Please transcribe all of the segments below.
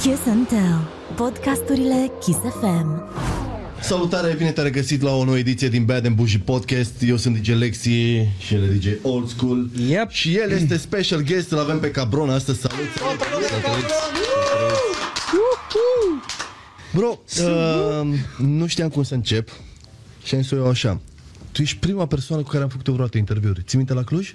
Kiss and Tell. Podcasturile Kiss FM. Salutare, bine te-a regăsit la o nouă ediție din Bad and Bougie Podcast. Eu sunt DJ Lexi și el e DJ Old School. Yep. Și el este special guest, îl avem pe Cabron astăzi. Salut! salut, salut, salut. Bro, uh, nu știam cum să încep și am zis eu așa. Tu ești prima persoană cu care am făcut eu vreodată interviuri. Ții minte la Cluj?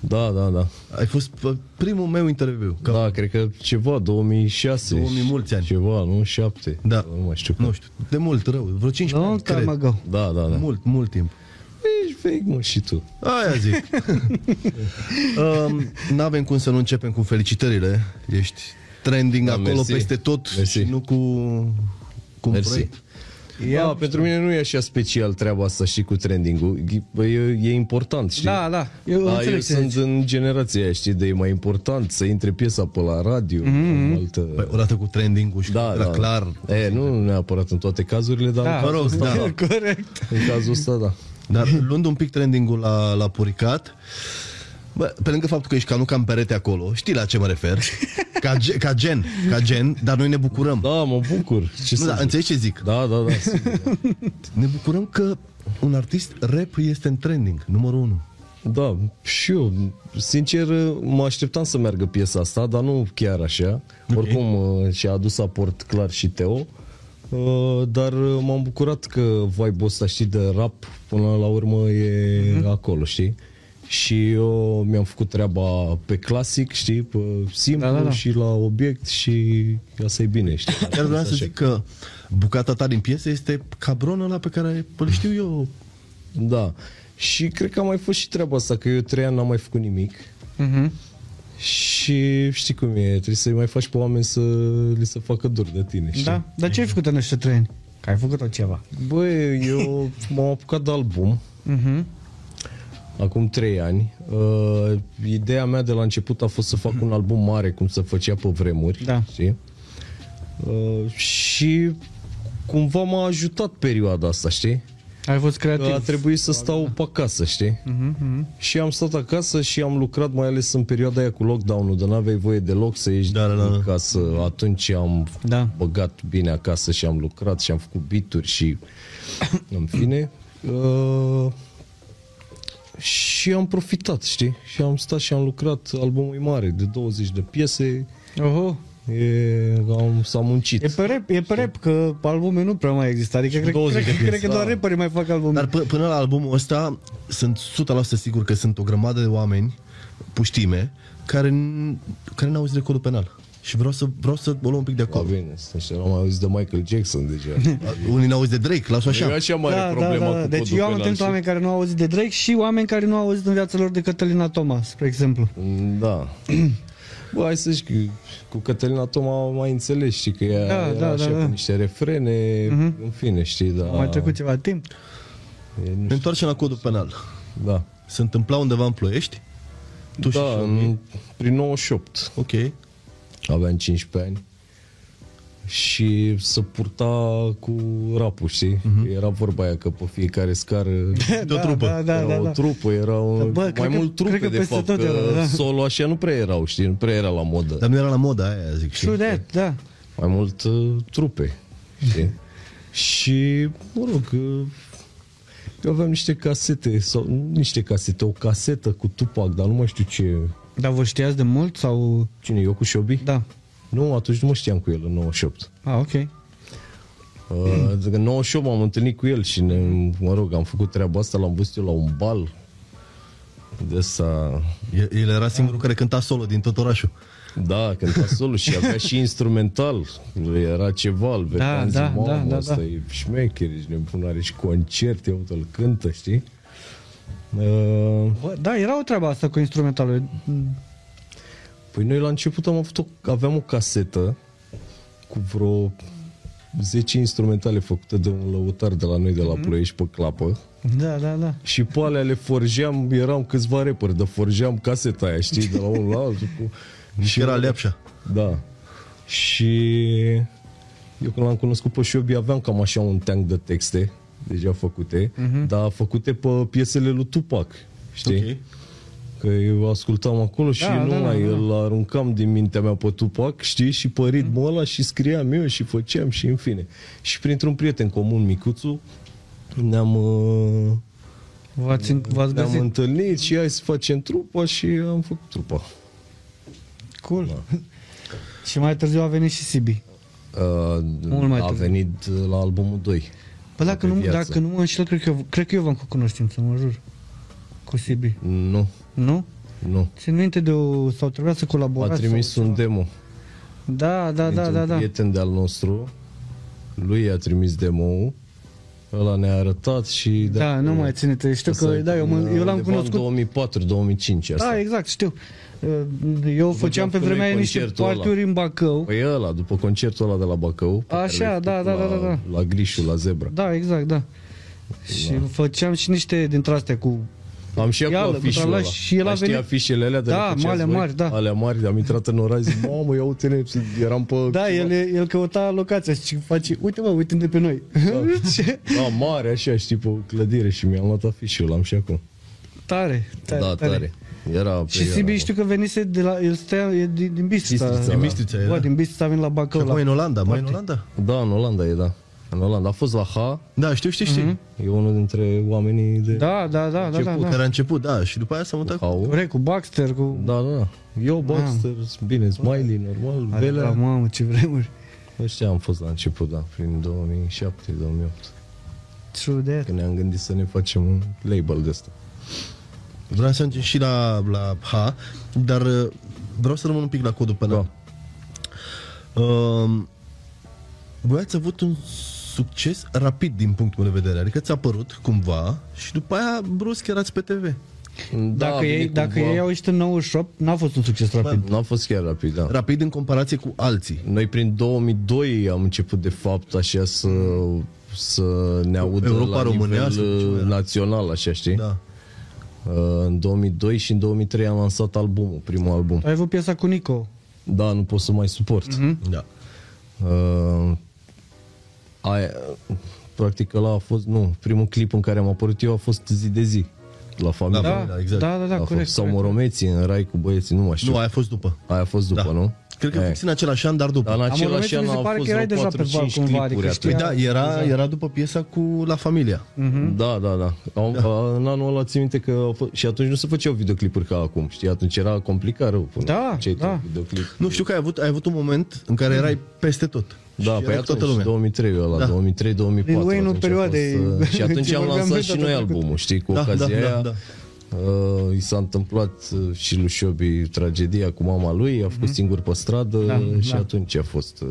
Da, da, da. Ai fost uh, primul meu interviu. Ca... Da, cred că ceva, 2006. 2000 mulți ani. Ceva, nu? 7. Da. Nu mai știu. Nu știu, de mult, rău, vreo 15 Long ani, time cred. ago. Da, da, da. Mult, mult timp. Ești fake, mă, și tu. Aia zic. um, n-avem cum să nu începem cu felicitările. Ești trending da, acolo mersi. mersi. peste tot Mersi. și nu cu, cu un Mersi. proiect. Da, pentru mine nu e așa special treaba asta și cu trending-ul. E, e important, știi? Da, da. Eu da, înțeleg eu ce sunt zici. în generația aia, știi, de e mai important să intre piesa pe la radio, mm-hmm. altă... Păi, odată cu trending-ul și da, era da. clar. E, nu neapărat în toate cazurile, dar Da. în, Mă cazul, rog, da. Corect. în cazul ăsta, da. Dar luând un pic trending-ul la, la puricat, Bă, pe lângă faptul că ești ca nu ca în perete acolo, știi la ce mă refer? Ca, ge- ca gen, ca gen, dar noi ne bucurăm. Da, mă bucur. Ce Nu, să da, zic? înțelegi ce zic? da, da, da, sigur. Ne bucurăm că un artist rap este în trending, numărul 1. Da, și eu, sincer, mă așteptam să meargă piesa asta, dar nu chiar așa. Okay. Oricum, uh, și-a adus aport clar și Teo. Uh, Dar uh, m-am bucurat că vibe-ul ăsta, știi, de rap, până la urmă e mm-hmm. acolo, știi? Și eu mi-am făcut treaba pe clasic, știi, pe simplu da, da, da. și la obiect și asta e bine, știi? Chiar vreau să zic că bucata ta din piesă este cabronul ăla pe care îl știu eu. Da. Și cred că a mai fost și treaba asta, că eu trei ani n-am mai făcut nimic. Mhm. Și știi cum e, trebuie să-i mai faci pe oameni să li se facă dur de tine, știi? Da? Dar ce ai făcut în ăștia trei ani? Că ai făcut-o ceva. Băi, eu m-am apucat de album Mhm. acum trei ani. Uh, ideea mea de la început a fost să fac un album mare, cum se făcea pe vremuri, Da. știi? Uh, și cumva m-a ajutat perioada asta, știi? Ai fost Că a creativ. trebuit să stau pe acasă, știi? Mm-hmm. Și am stat acasă și am lucrat mai ales în perioada aia cu lockdown-ul, de n-aveai voie deloc să ieși Da, da, da. din casă. Atunci am Da. băgat bine acasă și am lucrat și am făcut bituri și în fine. Uh, și am profitat, știi? Și am stat și am lucrat albumul e mare de 20 de piese. Oho. E, am, s-a muncit. E pe rap, e pe rap, că albume nu prea mai există. Adică cred, 20 cred, de piese, cred că doar da. rapperii mai fac albume. Dar p- până la albumul ăsta sunt 100% sigur că sunt o grămadă de oameni puștime care, n- care n-au auzit de codul penal. Și vreau să, vreau să o luăm un pic de Da, acolo. bine, stai, am mai auzit de Michael Jackson deja. Unii n-au auzit de Drake, las-o Așa. E așa. așa mare da, problema da, da, da. cu Deci codul eu am penal întâlnit și- oameni care nu au auzit de Drake și oameni care nu au auzit în viața lor de Cătălina Toma, spre exemplu. Da. Bă, hai să zici că cu Cătălina Toma mai înțeles, știi, că ea da, era da, așa da, da. cu niște refrene, mm-hmm. în fine, știi, da. A Mhm. mai trecut ceva timp. E, nu Ne știu, întoarcem la codul penal. da. Se întâmpla undeva în Ploiești? Tu și da, Somi. în, prin 98 Ok. aveam 15 ani și să purta cu rapul, știi? Mm-hmm. Era vorba aia că pe fiecare scară De o trupă. Mhm. Da, da, era da, o da. trupă, era un, Bă, Bă, mai cred că- mult trupe cred că de peste fapt, tot că era, da. solo așa nu prea erau, știi, nu prea era la modă. Dar nu era la moda aia, zic. True that, da. mai mult uh, trupe. Știi? și, mă rog, uh, eu aveam niște casete, sau nu niște casete, o casetă cu Tupac, dar nu mai știu ce... Dar vă știați de mult sau... Cine, eu cu Șobi? Da. Nu, atunci nu mă știam cu el în 98. Ah, ok. Uh, adică În 98 m-am întâlnit cu el și, ne, mă rog, am făcut treaba asta, l-am văzut eu la un bal de asta... El, el era singurul care cânta solo din tot orașul. Da, cânta solo și avea și instrumental. Era ceva, îl vedeam, da, da, da, da, asta da. e șmecher, ești nebun, are și concerte, uite, îl cântă, știi? Uh, Bă, da, era o treabă asta cu instrumentalul. păi noi la început am avut o, aveam o casetă cu vreo 10 instrumentale făcute de un lăutar de la noi, de la Ploiești, pe clapă. Da, da, da. Și pe alea le forjeam, eram câțiva reperi, dar forjeam caseta aia, știi, de la unul la altul. Cu... Și era leapșa. Da. Și eu când l-am cunoscut pe Șobi aveam cam așa un tank de texte Mhm. deja făcute, dar făcute pe piesele lui Tupac, știi? Ok. Că eu ascultam acolo și Da, da, da, numai da, da, da. da, îl aruncam din mintea mea pe Tupac, știi, și pe Mhm. ritmul ăla și scriam eu și făceam și în fine. Și printr-un prieten comun, Micuțu, ne-am, uh, V-ați, v-ați ne-am găsit? întâlnit și hai să facem trupa și am făcut trupa. Cool. da. și mai târziu a venit și Sibi. Uh, Mult mai a târziu. venit la albumul 2. Păi dacă Pe nu, viață. dacă nu mă înșel, cred că, eu, cred că eu v-am cu cunoștință, mă jur. Cu Sibi. Nu, Nu? nu. Țin minte de o... sau trebuia să A colaborați. trimis sau un ceva. demo. Da, da, da, dintr-un da, da. prieten de-al nostru, lui a trimis demo-ul, ăla ne-a arătat și... Da, nu mai ținete. Știu că, da, eu, mă, eu l-am cunoscut. în 2004-2005 asta. Da, exact, știu. Eu făceam pe cu noi vremea aia niște concertul ăla. parturi în Bacău. Păi ăla, după concertul ăla de la Bacău, pe Așa, care l-ai da, făcut da, da, la, da, da. La Grișul, la Zebra. Da, exact, da. Și Da. făceam și niște dintre astea cu... Am și Da. Ia, acum l-a afișul luat ăla. și el a Mai știi venit- afișele alea de Da, le făceați mă, alea voi? mari, da. Alea mari, am intrat în oraș, zic, mamă, ia uite-ne, eram pe... Da, el, el căuta locația și face, uite mă, uite de pe noi. Ce? Da, mare, așa, știi, pe o clădire și mi-am luat afișul, l-am și acum. tare, tare, da, tare. Păi, Era Și Sibi știu că venise de la, el stea e din, din Bistrița. Bistrița, Din Bistrița era. Bă, din Bistrița a venit la Bacău. Acum e La... în Olanda, mai în Olanda? Da, în Olanda e, da. În Olanda. A fost la H, Da, știu, știu, știu. Mm-hmm. e unul dintre oamenii de Da, da, da, da, da, da. Care a început, da, și după aia s-a mutat. H. Corect, cu Baxter, cu... Da, da, da. Eu, Baxter, bine, Smiley, normal, Ah. Are, Da, Velea. mamă, ce vremuri. Ăștia am fost la început, da, prin 2007-2008, True that. când ne-am gândit să ne facem un label de ăsta. Vreau să ajungem și la, la H, dar uh, vreau să rămân un pic la codul penal. Da. Uh, voi ați avut un succes rapid din punctul meu de vedere, adică ți-a părut cumva și după aia brusc erați pe TV. Da. Dacă, vine ei, dacă cumva- ei au ieșit în 98, n-a fost un succes rapid. N-a fost chiar rapid, da. Rapid în comparație cu alții. Noi prin 2002 am început de fapt așa să, să ne audă Europa la românească, nivel ceva uh, era. național, așa știi? Da. Uh, În 2002 și în 2003 am lansat albumul, primul album. Ai avut piesa cu Nico. Da, nu pot să mai suport. Mhm. Mm-hmm. Da. Uh, aia, practic ăla a fost, nu, primul clip în care am apărut eu a fost zi de zi. La familie. Da, da, da, exact. da, da, A da fost- corect. Sau corect. Moromeții în rai cu băieții, nu mai știu. Nu, aia a fost după. aia a fost după, da. nu? Da, Cred că Aia. fix în același an, dar după. Dar în Am urmărit, același an mi se au pare fost că erai vreo deja pe 4-5 val cumva, clipuri adică atunci. Păi știa- da, Exact. era, era după piesa cu La Familia. Mhm. Da, da, da. Am, a, în anul ăla țin minte că au fost, și atunci nu se făceau videoclipuri ca acum, știi? Atunci era complicat rău. Până Da, făceai tu da. Videoclip. Nu știu că ai avut, ai avut un moment în care erai peste tot. Da, Și păi erai cu toată atunci, lumea. 2003 ăla, Da. da. 2003 2004 Lil Wayne, o perioadă, uh, Și atunci deci ți am vorbeam lansat noi și data noi trecută. albumul, știi, cu Da, ocazia da, da, aia. da. Uh, I s-a întâmplat uh, și lui Șobi tragedia cu mama lui, a fost Mhm. singur pe stradă Da, și da. atunci a fost... Uh,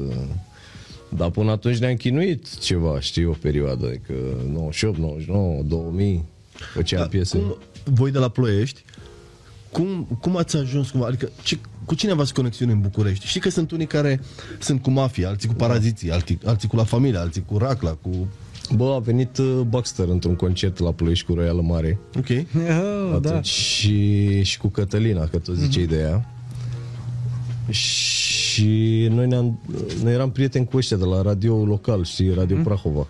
dar până atunci ne-am chinuit ceva, știi, o perioadă, adică 98, 99, 2000, făceam da, piese. Cum, voi de la Ploiești, cum, cum ați ajuns? Cum, adică ce, cu cine aveați conexiune în București? Știi că sunt unii care sunt cu mafia, alții cu paraziții, alții, alții cu la familie, alții cu racla, cu... Bă, a venit uh, Baxter într-un concert la Ploiești cu Royală Mare. Ok. Oh, da. atunci și, și cu Cătălina, că tot ziceai de ea. Și noi, ne-am, noi eram prieteni cu ăștia de la radio local, știi, Radio Prahova.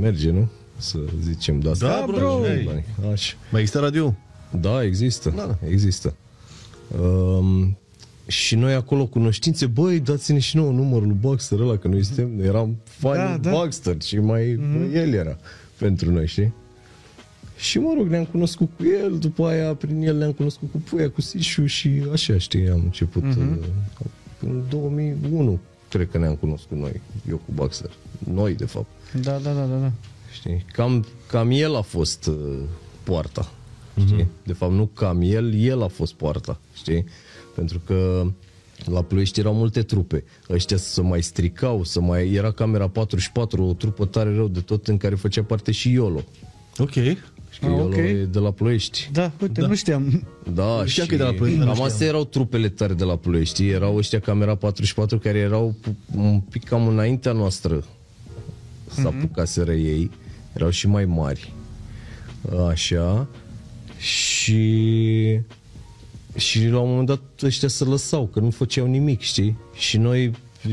Merge, nu? Să zicem de asta. Da, bro, hei. bani. Așa. Mai există radio? Da, există. Da, da. Există. Um, și noi acolo cunoștințe, băi, dați-ne și nouă numărul lui Baxter ăla, că noi suntem, noi eram fani Da, da, da. Mhm. da. Baxter și mai mm-hmm. el era pentru noi, știi? Și mă rog, ne-am cunoscut cu el, după aia prin el ne-am cunoscut cu Puia, cu Sișu și așa, știi, am început Mhm. mm-hmm. în 2001, cred că ne-am cunoscut noi, eu cu Baxter, noi de fapt. da, da, da, da, da. Știi? Cam, cam el a fost uh, poarta. Mhm. Știi? De fapt, nu cam el, el a fost poarta. Știi? Pentru că la Ploiești erau multe trupe. Ăștia să mai stricau, să mai... Era Camera 44, o trupă tare rău de tot, în care făcea parte și Iolo. Ok. Uh, Și că Ah, Iolo ok. e de la Ploiești. Da, uite, nu știam. Da, știam și că e de la Ploiești, dar nu cam știam. astea erau trupele tare de la Ploiești, știi? erau ăștia Camera 44 care erau pu- un pic cam înaintea noastră să Mhm. apucaseră ei, erau și mai mari. Așa. Și și la un moment dat ăștia se lăsau, că nu făceau nimic, știi? Și noi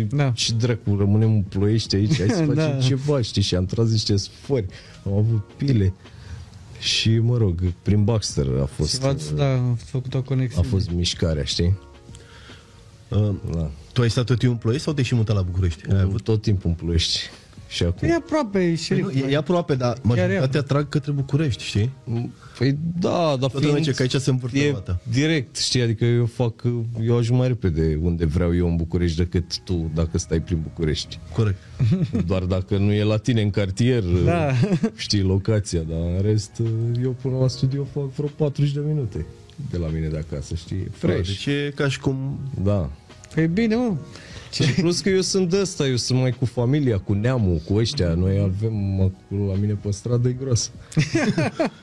Da. da. și dracu, rămânem în ploiești aici, hai să facem Da. da. ceva, știi? Și am tras niște sfori, am avut pile. Și, mă rog, prin Baxter a fost, Și v-ați, da, ați făcut o a conexiune. fost mișcarea, știi? Uh, Da. tu ai stat tot timpul în Ploiești sau te-ai și mutat la București? Ai avut? Tot timpul în Ploiești. Și Păi E acum. aproape, șerif. Nu, e, e aproape, dar majoritatea trag către București, știi? Păi da, dar lumea zice că aici se învârte e roata. direct, știi, adică eu fac, eu ajung mai repede unde vreau eu în București decât tu dacă stai prin București. Corect. Doar dacă nu e la tine în cartier, Da. știi locația, dar în rest eu până la studio fac vreo 40 de minute de la mine de acasă, știi? Fresh. Deci e ca și cum... Da. Păi bine, mă. Și plus că eu sunt de ăsta, eu sunt mai cu familia, cu neamul, cu ăștia. Noi avem acolo la mine pe stradă e gros.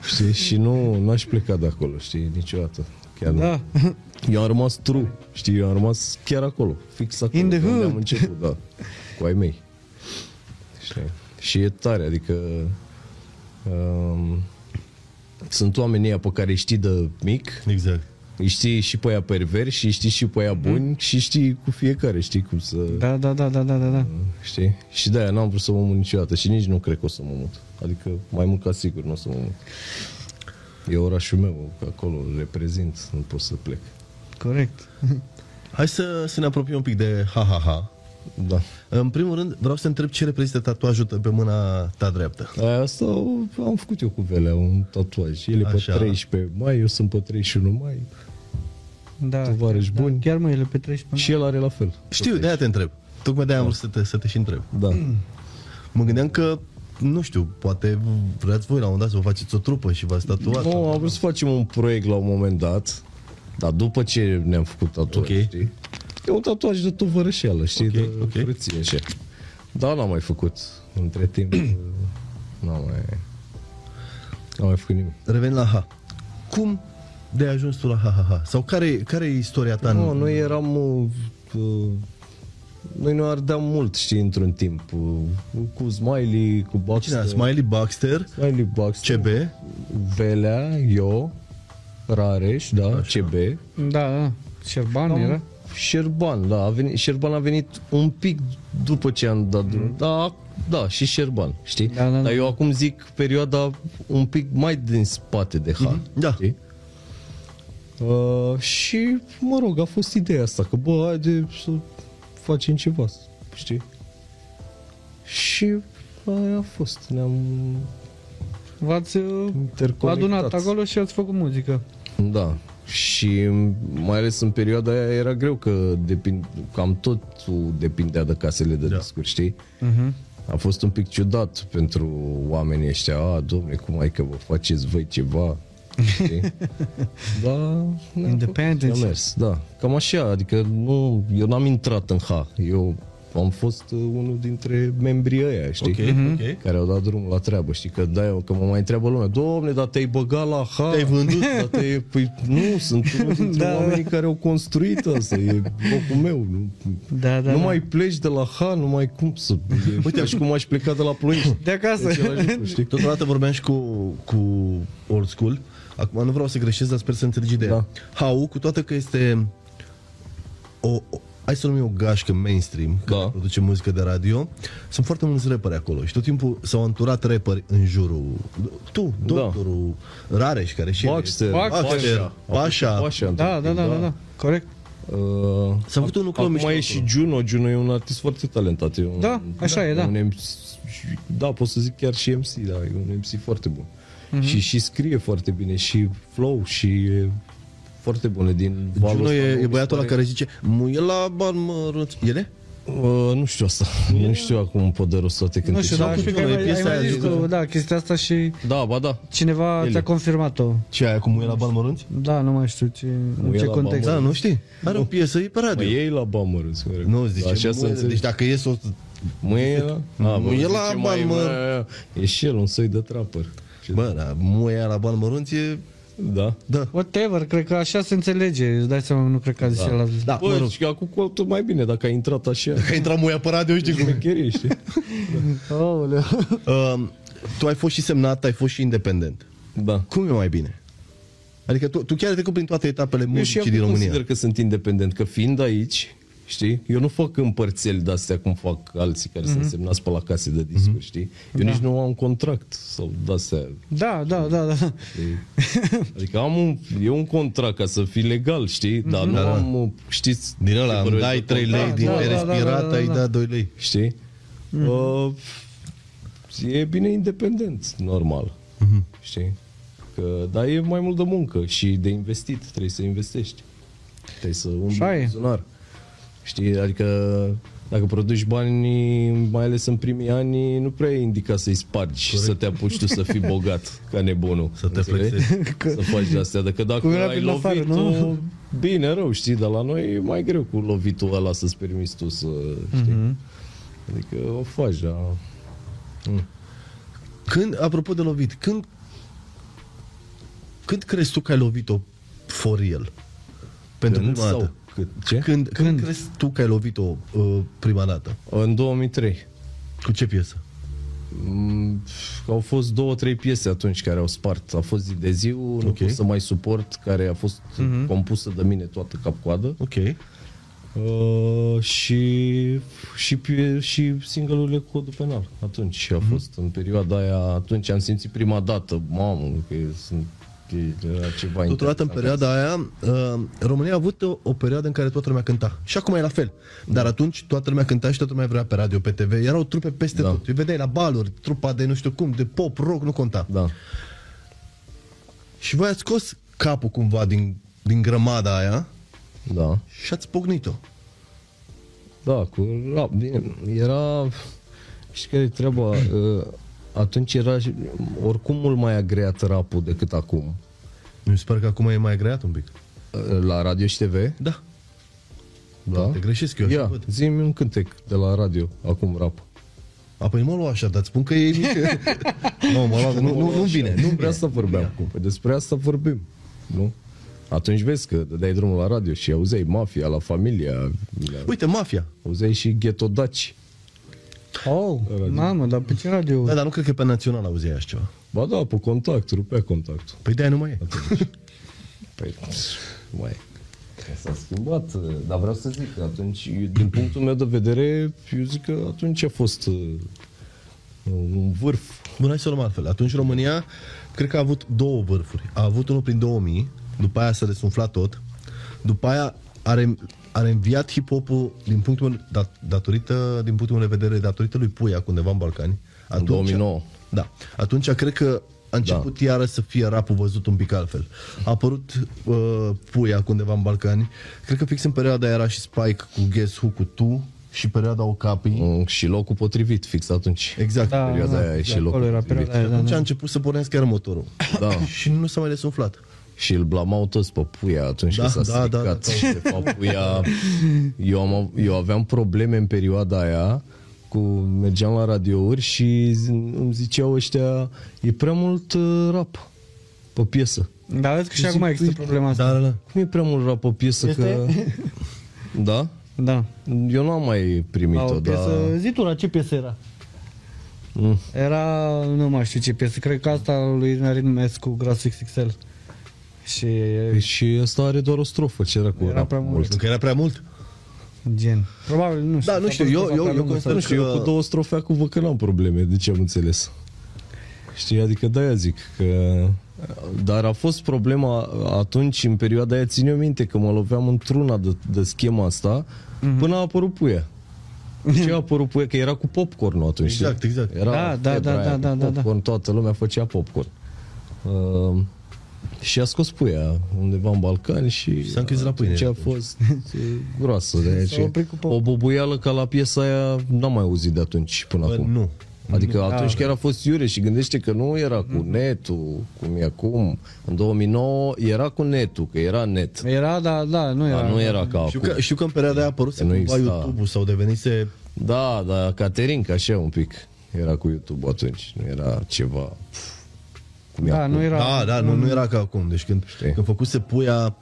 știi? Și nu, n-aș pleca de acolo, știi? Niciodată. Chiar Da. nu. Eu am rămas true, știi? Eu am rămas chiar acolo, fix acolo. In the de unde hood. Am început, da. Cu ai mei. Știi? Și e tare, adică... Um, sunt oamenii ăia pe care îi știi de mic, Exact. îi știi și pe aia pervers și știi și pe aia Mm. buni și știi cu fiecare, știi cum să... Da, da, da, da, da, da, da. Știi? Și de-aia n-am vrut să mă mut niciodată și nici nu cred că o să mă mut. Adică mai mult ca sigur nu o să mă mut. E orașul meu, că acolo îl reprezint, nu pot să plec. Corect. Hai să, să ne apropiem un pic de ha-ha-ha. Da. În primul rând, vreau să te întreb ce reprezintă tatuajul tău pe mâna ta dreaptă. Aia asta o- am făcut eu cu Velea, un tatuaj. El e pe Așa. 13 mai, eu sunt pe 31 mai Da. Tovarăși da, buni. Chiar mă, ele pe 13 și el are la fel. Știu, de-aia te întreb. Tocmai de-aia am vrut să te, să te și întreb. Da. Mă gândeam că, nu știu, poate vreați voi la un moment dat să vă faceți o trupă și v-ați tatuat. No, am vrut să facem un proiect la un moment dat, dar după ce ne-am făcut tatuaj, Ok. okay. știi? E un tatuaj de tovărășeală, știi? Ok, Okay, ok. de okay. frăție, așa. Dar n-am mai făcut. Între timp, n-am mai... N-am mai făcut nimic. Revenim la ha. Cum de ai ajuns tu la ha-ha-ha? Sau care, care e istoria ta? Nu, în... noi eram... uh, uh, Noi ne ardeam mult, știi, într-un timp. uh, Cu Smiley, cu Cine? Baxter. Smiley Baxter, Smiley Baxter. CB, Velea, eu, Rareș, da, Așa. CB. mai. Da, da. Șerban Cam era. Șerban, da, a venit, Șerban a venit un pic după ce am dat drumul. Da, da, și Șerban, știi? Mm-hmm. Da, da, da. Dar eu acum zic perioada un pic mai din spate de H. Mm-hmm. Da. Știi? Uh, și, mă rog, a fost ideea asta, că bă, haide să facem ceva, știi? Și aia a fost, ne-am V-ați uh, interconectat. adunat acolo și ați făcut muzică. Da. Și mai ales în perioada aia era greu că depind, cam totul depindea de casele de Da. discuri, știi? Uh-huh. A fost un pic ciudat pentru oamenii ăștia. A, domne, cum ai că vă faceți voi ceva? Știi? da, ne-a Independent. făcut și a mers, da. Cam așa, adică nu, eu n-am intrat în H. Eu am fost uh, unul dintre membrii ăia, știi? Mhm. ok, ok. care au dat drumul la treabă, știi, că da, că mă mai întreabă lumea, domne, dar te-ai băgat la ha, Te-ai vândut?" dar te păi, nu, sunt unul dintre Da, da, da. oamenii care au construit asta, e locul meu, nu, Da, da, nu da. mai pleci de la ha, nu mai cum să, e, uite, și cum aș pleca de la Ploiești, De acasă. același lucru, știi? Totodată vorbeam și cu, cu old school. Acum nu vreau să greșesc, dar sper să înțelegi ideea. Da. Hau, cu toate că este o, o hai să o numim o gașcă mainstream, care Da. produce muzică de radio, sunt foarte mulți rapperi acolo și tot timpul s-au înturat rapperi în jurul tu, Da. doctorul, Rareș, care și el e- Baxter, Baxter, Pașa, Pașa. Pașa, Da, da, da, da, da. Corect. Uh, S-a făcut un lucru Acum mișto e acolo. și Juno, Juno e un artist foarte talentat. E un, Da, așa e, da. Un MC, da, pot să zic chiar și MC, da, e un MC foarte bun. Mhm. Și și scrie foarte bine, și flow, și e foarte bune din valul Juno ăsta e, nou, e băiatul ăla istorie. care zice Muie la bani mărunți Ele? Uh, nu știu asta, nu știu acum pot de rost toate Nu știu, cântecele. dar știu da. știu că că ai e mai, ai piesa mai aia zis de- tu, da, chestia asta și Da, ba da. cineva ți-a confirmat-o. Ce aia cu muie la bani mărunți? Da, nu mai știu ce, în e ce la context. Da, nu Păi știi? Are o piesă, e pe Mă radio iei la bamără, să mă rog. Da. Nu, zice, Așa să muie- înțelegi. deci dacă e să o Mâie la... Ah, Muie la bani, mă. E și el un soi de trapper. Bă, da, muia la bani mărunți e... Da. Da. Whatever, cred că așa se înțelege. Îți dai seama, nu cred că a zis el azi. Da, mă Bă, rog. și acum cu altul mai bine, dacă ai intrat așa. Că intra muia pe radio, știi cum e. Șmecherie, știi? Aoleu. Uh, tu ai fost și semnat, ai fost și independent. Da. Cum e mai bine? Adică tu, tu chiar ai trecut prin toate etapele Eu și muzicii acum din România. consider că sunt independent, că fiind aici, știi? Eu nu fac împărțeli de-astea cum fac alții care mm-hmm. Mhm. sunt semnați pe la case de discuri, mm-hmm. știi? Eu da. nici nu am contract sau de-astea. Da, da, da, da. Adică am un, e un contract ca să fii legal, știi? Dar mm-hmm. nu am, știți... Mhm. Da, Din ăla, ce îmi dai 3 lei Da, din da, da, da, da, respirat, da, da, ai da. dat 2 lei. Știi? Mm. Uh, e bine independent, normal. Mm-hmm. Știi? Că, dar e mai mult de muncă și de investit. Trebuie să investești. Trebuie să umbli Așa e. în buzunar. Știi? Adică dacă produci bani, mai ales în primii ani, nu prea e indicat să-i spargi și să te apuci tu să fii bogat ca nebunul. Să te Înțelegi? flexezi. Să faci de astea. Dacă dacă Cum era ai prin afară, lovit, nu? bine, rău, știi, dar la noi e mai greu cu lovitul ăla să-ți permiți tu să, știi, Mhm. Adică o faci, dar... Când, apropo de lovit, când când crezi tu că ai lovit-o for real? Pentru Când prima sau dată. cât? Ce? Când, când, când crezi tu că ai lovit-o uh, prima dată? În 2003. Cu ce piesă? Mm, pf, Au fost două, trei piese atunci care au spart. A fost zi de zi, okay. nu Ok. Mhm. pot să mai suport, care a fost mm-hmm. compusă de mine toată cap-coadă. Ok. Uh, și, și, pie- și single-urile cu codul penal atunci Mhm. a fost în perioada aia atunci am simțit prima dată mamă că sunt că era ceva Totodată în interesant. perioada aia, uh, România a avut o, o perioadă în care toată lumea cânta. Și acum e la fel. Dar atunci toată lumea cânta și toată lumea vrea pe radio, pe TV. Erau trupe peste Da. da. tot. Îi vedeai la baluri, trupa de nu știu cum, de pop, rock, nu conta. da. Și voi ați scos capul cumva din, din grămada aia da. și ați pognit-o. Da, cu rap, bine, era, știi care e treaba, uh, atunci era și- oricum mult mai agreat rapul decât acum, Mi se pare că acum e mai agreat un pic. Uh, la radio și TV, Da. da? Te greșesc eu, Ia, așa văd. zi-mi un cântec de la radio, acum rap. A, păi nu mă lua așa, dar îți spun că e mică. nu, mă lua, Da, nu, nu, nu vine. Nu Despre vine. asta vorbeam acum, păi despre asta vorbim, nu? Atunci vezi că dai drumul la radio și auzeai mafia, la familia, Uite, mafia. auzeai și ghetodaci. Oh, mamă, dar pe ce radio? Da, dar nu cred că pe național auzeai așa ceva. Ba da, pe contact, rupea contactul. Păi de-aia nu mai e. Păi, mai S-a schimbat, dar vreau să zic că atunci, eu, din punctul meu de vedere, eu zic că atunci a fost uh, un vârf. Bun, hai să o luăm altfel. Atunci România, cred că a avut două vârfuri. A avut unul prin 2000, după aia s-a desumflat tot, după aia are, are înviat hip-hop-ul din punctul meu, dat, datorită, din punctul meu de vedere, datorită lui Puia, cu undeva în Balcani. Atunci, 2009. Da. Atunci cred că a început da. iară să fie rapul văzut un pic altfel. A apărut uh, Puia cu undeva în Balcani. Cred că fix în perioada aia era și Spike cu Guess Who, cu Tu și perioada Okapi. Mm. Mm, Și locul potrivit, fix atunci. Exact. Da, perioada da, aia e da, și acolo locul era perioada aia, Și da, atunci a da. început să pornesc chiar motorul. Da. și nu s-a mai desumflat. Și îl blamau toți pe puia atunci Da, când s-a da, da, stricat. da, da. Și, de fapt, puia... Eu, am, av- eu aveam probleme în perioada aia cu, mergeam la radiouri și zi- îmi ziceau ăștia e prea mult uh, rap pe piesă. da. Dar vezi că și acum există problema asta. Da, da, da. Cum e prea mult rap o piesă Este? că... Da? Da. Eu nu am mai La primit-o, o dar... piesă, zi tu la ce piesă era? Mm. Era, nu mai știu ce piesă, cred că asta a lui Narin Mescu, Gras XXL. Și Și asta are doar o strofă, ce era cu Era rap prea mult. mult. Pentru că era prea mult. gen, probabil, nu știu. Da, nu s-a știu, pus eu, ceva eu, pe eu album sau- consider Nu știu, eu cu două strofe acum văd că n-am probleme, de ce am înțeles. Știi, adică de-aia zic că... Dar a fost problema atunci, în perioada aia, țin eu minte că mă loveam într-una de, de schema asta, Mhm. mm-hmm. până a apărut puia. Ce a apărut puia? Că era cu popcorn atunci. știi? Exact, exact. Era Da, da, febra da, aia da, cu da, da, da. popcorn, toată lumea făcea popcorn. Uh, și a scos puia undeva în Balcani și S-a închis la pâine Ce a atunci. fost e, groasă. De S-a oprit cu pop- o bubuială ca la piesa aia n-am mai auzit de atunci până Bă, acum. nu. Adică atunci Ah, da. chiar a fost iure și gândește că nu era cu netul, cum e acum. În 2009 era cu netul, că era net. Era, da, da, nu era. Dar nu era ca Știu acum. că, știu că în perioada aia a apărut nu cumva exista. YouTube-ul sau devenise... Da, da, Caterinca așa un pic. Era cu YouTube atunci, nu era ceva... pf, Cum e Da, acum. nu era. Da, da, nu, nu era ca acum. Deci când, Știi. când făcuse puia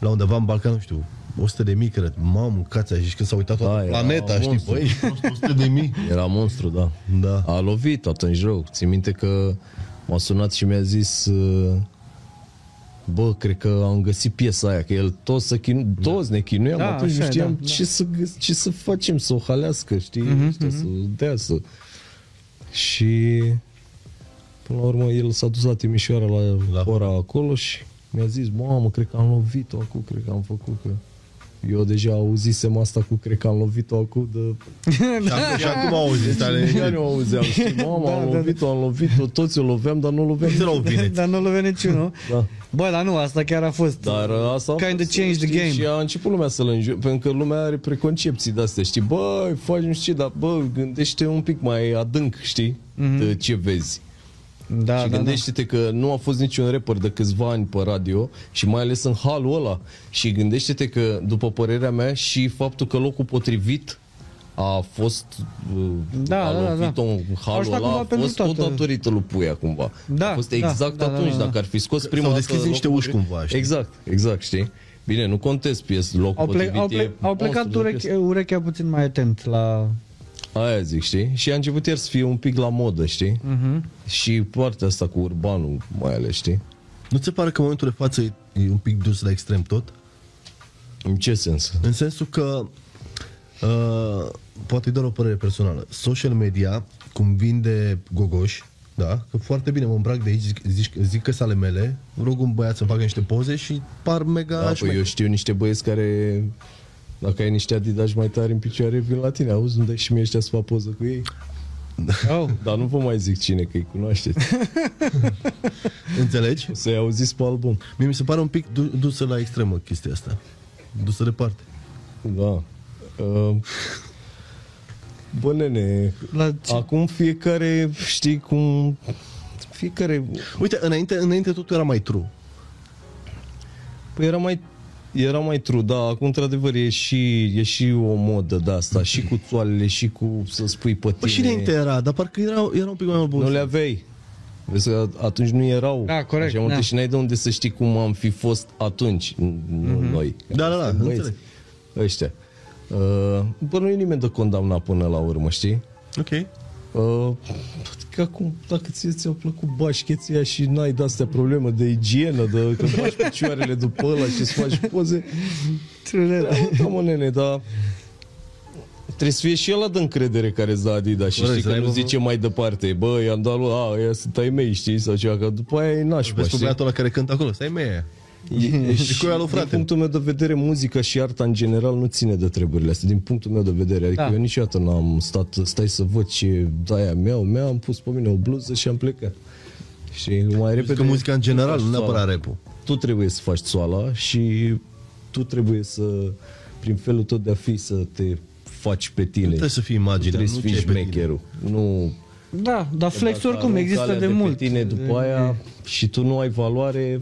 la undeva în Balcan, nu știu, 100 de mii, cred. Mamă, cața, și când s-a uitat toată Da, era planeta, știi, monstru. băi, 100 de mii. Era monstru, da. Da. A lovit atunci rău. Țin minte că m-a sunat și mi-a zis uh, bă, cred că am găsit piesa aia, că el toți, să chinu, toți ne chinuiam, Da, da, atunci așa nu e, știam da, Mhm, ce, Să, găs- ce să facem, să o halească, știi, mm-hmm, ăștia, să dea, să... Și până la urmă el s-a dus la Timișoara la La- da. ora acolo și mi-a zis, mamă, cred că am lovit-o acum, cred că am făcut că... Eu deja auzisem asta cu cred că am lovit-o acum de Și acum- Și acum auzi, tale. Da. eu nu auzeam, știi, mamă, Da, am da, lovit-o, am lovit-o, toți o loveam, dar nu o loveam. Nu te vine. Dar nu lovea niciunul. Da. Bă, dar nu, asta chiar a fost. Dar uh, asta a Kind of fost, changed the știi, game. Și a început lumea să-l înjure, pentru că lumea are preconcepții de-astea, știi? Bă, faci nu știu ce, dar bă, gândește un pic mai adânc, știi? Mhm. Mm-hmm. De ce vezi. Da, și da, da. gândește-te că nu a fost niciun rapper de câțiva ani pe radio și mai ales în halul ăla. Și gândește-te că, după părerea mea, și faptul că locul potrivit a fost uh, Da, a da, da, da. lovit-o în halul Asta ăla cumva a pentru fost tot toată- datorită lui Puia cumva. uh, Da, a fost da, exact da, da, atunci, da, da. dacă ar fi scos prima S-au dată deschis niște locul uși potrivit- cumva, știi? Exact, exact, știi? Bine, nu contest pies locul Au, ple- potrivit, au, e ple- au plecat monstru de ureche, urechea puțin mai atent la... Aia zic, știi? Și a început iar să fie un pic la modă, știi? Mhm. Uh-huh. Și partea asta cu urbanul, mai ales, știi? Nu ți se pare că în momentul de față e e un pic dus la extrem tot? În ce sens? În sensul că uh, poate e doar o părere personală. Social media, cum vinde gogoș, da, că foarte bine mă îmbrac de aici, zic, zic, zic că sale mele, rog un băiat să facă niște poze și par mega Da, șmecher. păi eu știu niște băieți care dacă ai niște adidași mai tari în picioare, vin la tine, auzi, nu dai și mie ăștia să fac poză cu ei? Da. Oh, Dar nu vă mai zic cine, că îi cunoașteți. Înțelegi? O Să-i auziți pe album. Mie mi se pare un pic du- dusă la extremă chestia asta. Dusă departe. Da. Uh, Bă, nene, la ce... acum fiecare, știi cum... Fiecare... Uite, înainte, înainte totul era mai true. Păi era mai era mai true, da, acum într-adevăr e și, e și o modă de asta, și cu țoalele, și cu să spui pe tine. Păi și înainte era, dar parcă era, era un pic mai bun. Nu le aveai. Vezi că atunci nu erau Da, corect, așa multe da. și n-ai de unde să știi cum am fi fost atunci, nu Mhm. mm-hmm. noi. Da, da, da, Băieți, înțeleg. Ăștia. Uh, bă, nu e nimeni de condamnat până la urmă, știi? Ok. Uh, că acum, dacă ție ți-au plăcut bașcheția și n-ai de astea problemă de igienă, de că faci picioarele după ăla și îți faci poze, da, mă, nene, dar trebuie să fie și el de încredere care îți dă Adidas și Bă, știi să că aibă nu zice mai departe, bă, i-am dat lui, a, ăia sunt ai mei, știi, sau ceva, că după aia e nașpa, Vezi cu știi? băiatul ăla care cântă acolo, stai mea. E- e cu ea lui frate. Din punctul meu de vedere, muzica și arta în general nu ține de treburile astea, din punctul meu de vedere. Adică Da. eu niciodată n-am stat, stai să văd ce daia mea, mea, am pus pe mine o bluză și am plecat. Și mai repede... Că muzica în general, nu neapărat Sau- rap tu trebuie să faci țoala și tu trebuie să, prin felul tău de a fi, să te faci pe tine. trebuie să fii imaginea, Trebuie nu să ce fii ai pe tine. șmecherul. Nu Da, dar flex dacă oricum arunci există alea de, mult. Pe tine după aia și tu nu ai valoare,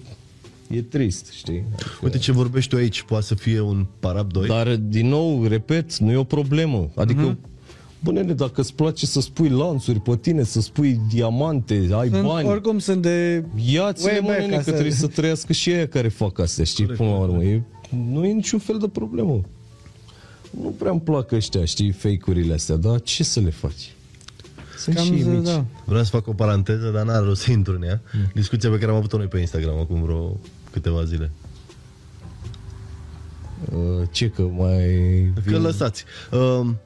e trist, știi? Uite ce vorbești tu aici, poate să fie un parap Păi- 2. Dar, din nou, repet, nu e o problemă. Adică, Mhm. mm-hmm. bă, nene, dacă îți place să spui lanțuri pe tine, să spui diamante, ai Sunt, bani, oricum sunt de... Ia-ți-le, Way mă, back, nene, că asta- trebuie să trăiască și ei care fac astea, știi, până la urmă. E, nu e niciun fel de problemă. Nu prea îmi plac ăștia, știi, fake-urile astea, dar ce să le faci? Sunt Cam și ei zi, mici. da. Vreau să fac o paranteză, dar n-ar rost să intru în ea. Mm. Discuția pe care am avut-o noi pe Instagram acum vreo câteva zile. Uh, Ce că mai... Că lăsați. Um,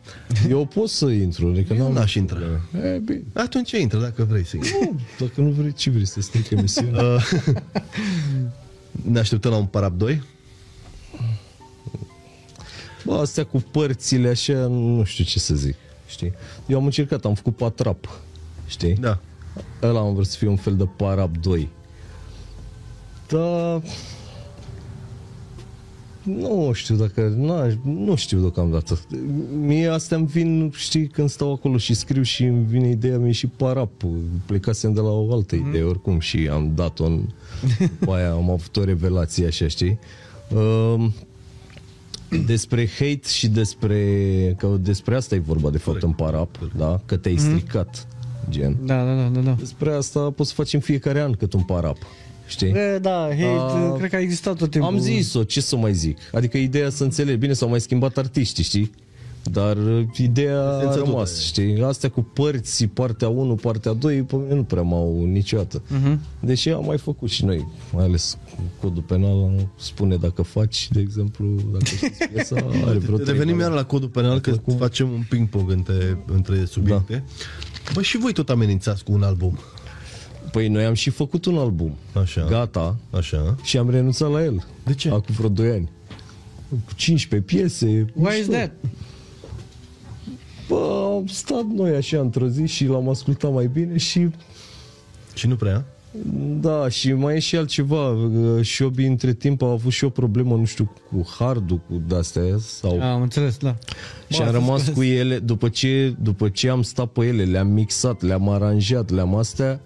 Eu pot să intru, adică Eu n-am... n-aș intra. E, bine. atunci intră, dacă vrei să intri. Nu, Dacă nu vrei, ce vrei să stric emisiunea? Ne așteptăm la un parap 2. Bă, astea cu părțile așa, nu știu ce să zic, știi? Eu am încercat, am făcut patrap, știi? Da. Ăla am vrut să fie un fel de Parab 2. Dar... Nu știu dacă... n nu știu deocamdată. Mie astea îmi vin, știi, când stau acolo și scriu și îmi vine ideea mea și Parab. Plecasem de la o altă mm. idee oricum și am dat-o în... după aia am avut o revelație așa, știi? Um, despre hate și despre că despre asta e vorba de fapt în parap, da? Că te-ai stricat, gen. Da, da, da, da, da. Despre asta poți să facem fiecare an cât un parap. Știi? E, da, hate, A, cred că a existat tot timpul. Am zis-o, ce să mai zic? Adică ideea să înțeleg, bine, s-au mai schimbat artiștii, știi? Dar uh, ideea Esența a tot rămas, aia e. știi? Astea cu părți, partea 1, partea 2, pe mine nu prea m-au niciodată. Mhm. Uh-huh. Deși am mai făcut și noi, mai ales cu codul penal, spune dacă faci, de exemplu, dacă știți piesa, are vreo trei Revenim valori. iar la codul penal, că Acum- facem un ping-pong între, între subiecte. Da. Bă, și voi tot amenințați cu un album. Păi noi am și făcut un album, Așa. gata, Așa. și am renunțat la el. De ce? Acum vreo 2 ani. Cu 15 piese. Why is mișto. that? Bă, am stat noi așa într-o zi și l-am ascultat mai bine și Și nu prea? Da, și mai e și altceva. uh, Șobi între timp a avut și o problemă, nu știu, cu hardul, cu de-astea, sau... Am înțeles, da. și am rămas cu ele, după ce, după ce am stat pe ele, le-am mixat, le-am aranjat, le-am astea,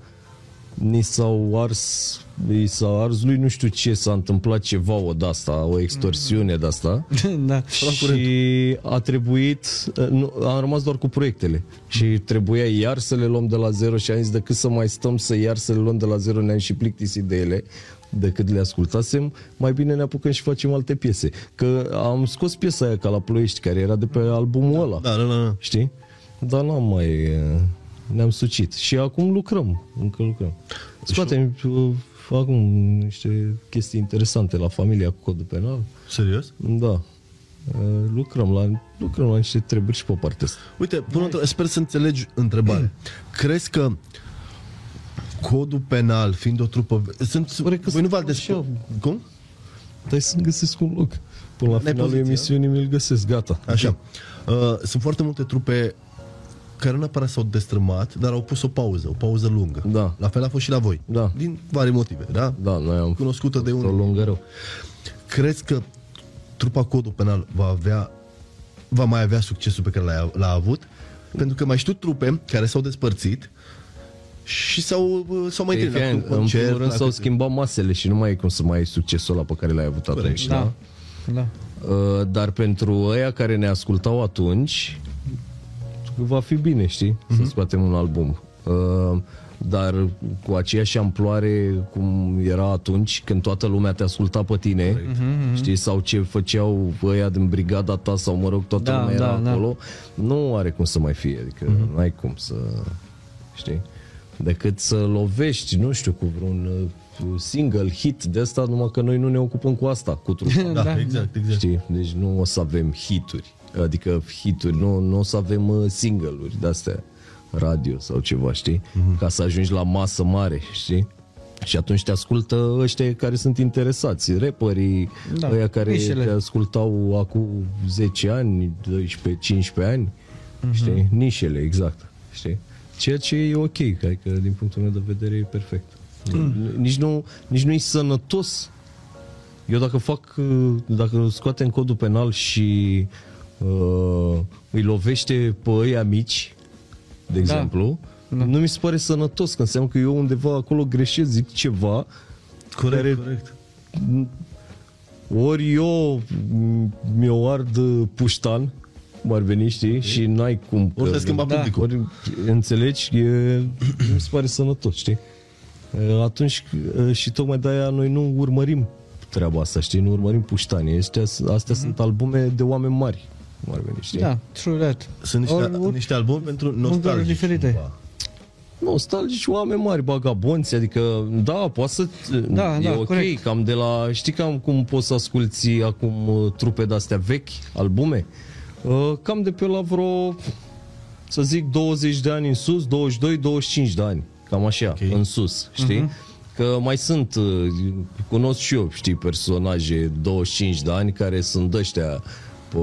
ni s-au ars, i s-a ars lui, nu știu ce, s-a întâmplat ceva o de-asta, o extorsiune de-asta. da. Și a trebuit, uh, nu, am rămas doar cu proiectele și trebuia iar să le luăm de la zero și am zis decât să mai stăm să iar să le luăm de la zero, ne-am și plictisit de ele decât le ascultasem, mai bine ne apucăm și facem alte piese. Că am scos piesa aia ca la ploiești, care era de pe albumul ăla, Da, da, da. da. știi? Dar n-am mai... uh, ne-am sucit. Și acum lucrăm, încă lucrăm. Scoatem uh, acum niște chestii interesante la familia cu codul penal. Serios? Da. Uh, Lucrăm la, lucrăm la niște treburi și pe partea asta. Uite, pun o între- sper să înțelegi Mm. întrebarea. Crezi că codul penal, fiind o trupă... Sunt, Pare că voi nu sunt v-ați descurcat. Cum? Dar să-mi găsesc un loc. Până la N-ai finalul poziția? emisiunii mi-l găsesc, gata. Așa. Uh, sunt foarte multe trupe care nu neapărat s-au destrămat, dar au pus o pauză, o pauză lungă. Da. La fel a fost și la voi. Da. Din vari motive, da? Da, noi am făcut Cunoscută de o unul. lungă rău. Crezi că trupa Codul Penal va avea va mai avea succesul pe care l-a, l-a avut? Pentru că mai știu trupe care s-au despărțit și s-au, s-au mai Evident, întâlnit. la în concert, primul rând la s-au câte- schimbat masele și nu mai e cum să mai ai succesul ăla pe care l-ai avut Corect. atunci. Da. Da. Uh, Dar pentru ăia care ne ascultau atunci, va fi bine, știi, Mhm. să scoatem un album. Uh, Dar cu aceeași amploare cum era atunci, când toată lumea te asculta pe tine, Mhm, știi, sau ce făceau ăia din brigada ta, sau mă rog, toată Da, lumea era da, Mhm. da. acolo, nu are cum să mai fie, adică n-ai cum să, știi, decât să lovești, nu știu, cu vreun uh, single hit de asta, numai că noi nu ne ocupăm cu asta, cu trupa. Da, Da, exact, exact. Știi? Deci nu o să avem hituri, adică hituri, nu, nu o să avem uh, single-uri de-astea, radio sau ceva, știi? Ca să ajungi la masă mare, știi? Și atunci te ascultă ăștia care sunt interesați, rapperii, Da, da, ăia care nișele. te ascultau acum 10 ani, 12-15 ani, știi? Nișele, exact, știi? Ceea ce e ok, adică din punctul meu de vedere e perfect. Nici nu, nici nu e sănătos eu dacă fac, uh, dacă scoatem codul penal și uh, îi lovește pe ei mici, de exemplu, da. nu mi se pare sănătos, că înseamnă că eu undeva acolo greșesc, zic ceva, Corect, care- corect. ori eu m- mi-o ard uh, puștan, cum ar veni, știi, și n-ai cum. Ori că- se schimba Da. publicul. ori, înțelegi, e, nu mi se pare sănătos, știi? E, Atunci e, și tocmai de-aia noi nu urmărim treaba asta, știi? Nu urmărim puștanii. Astea, astea mm-hmm. Mhm. sunt albume de oameni mari, cum ar veni, știi? da, true that. Sunt niște, Ori- ori- niște albumi pentru lucruri nostalgici. diferite. cumva. Nostalgici, oameni mari, bagabonți, adică, da, poate să... Da, e da, ok, corect. cam de la... Știi cam cum poți să asculti acum uh, trupe de-astea vechi, albume? Uh, Cam de pe la vreo, să zic, 20 de ani în sus, 22-25 de ani, cam așa, okay. în sus, știi? Mhm. Uh-huh. Că mai sunt, uh, cunosc și eu, știi, personaje 25 de ani care sunt ăștia pe,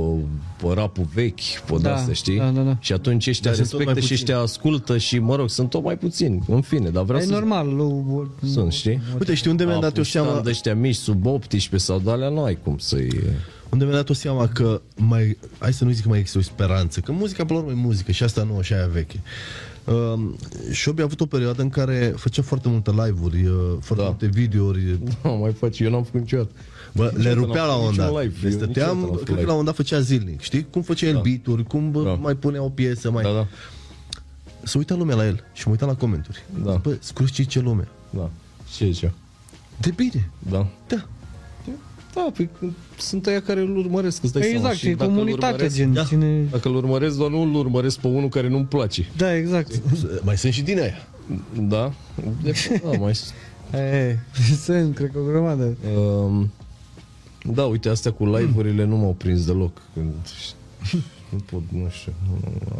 pe rapul vechi, pe da, de-astea, știi? da, da, da. Și atunci ăștia Dar sunt tot mai respectă și puțini. ăștia ascultă și, mă rog, sunt tot mai puțini, în fine, dar vreau E să normal. lu- ori- sunt, știi? Uite, știi unde mi-am dat eu seama? de ăștia mici, sub 18 sau de alea, nu ai cum să-i... Unde mi-am dat o seama că mai, hai să nu zic că mai există o speranță, că muzica până la urmă e muzică și asta nouă și aia veche. Um, Șobi a avut o perioadă în care făcea foarte multe live-uri, uh, foarte da. Da. multe videouri, Nu mai faci, eu n-am făcut niciodată. bă, le n-am rupea la făcut un niciun dat. live, Deci eu niciodată n-am stăteam, făcut cred că live. la un dat făcea zilnic, știi? Cum făcea el beat-uri, cum bă, Da. mai punea o piesă, mai... Da, da. Să uita lumea la el și mă uitam la comentarii. Da. Zic, Bă, scurci ce lume. Da. Ce e ce? De bine, Da. da. Da, păi, când sunt aia care îl urmăresc, îți dai Păi seama. exact, Și e dacă îl comunitate, urmăresc- gen. da. Cine... Dacă îl urmăresc, doar nu îl urmăresc pe unul care nu-mi place. Da, exact. Mai sunt și din aia. Da? De, da, mai... s- E, sunt, cred că o grămadă. Um, da, uite, astea cu live-urile nu m-au prins deloc. Când, nu pot, nu știu.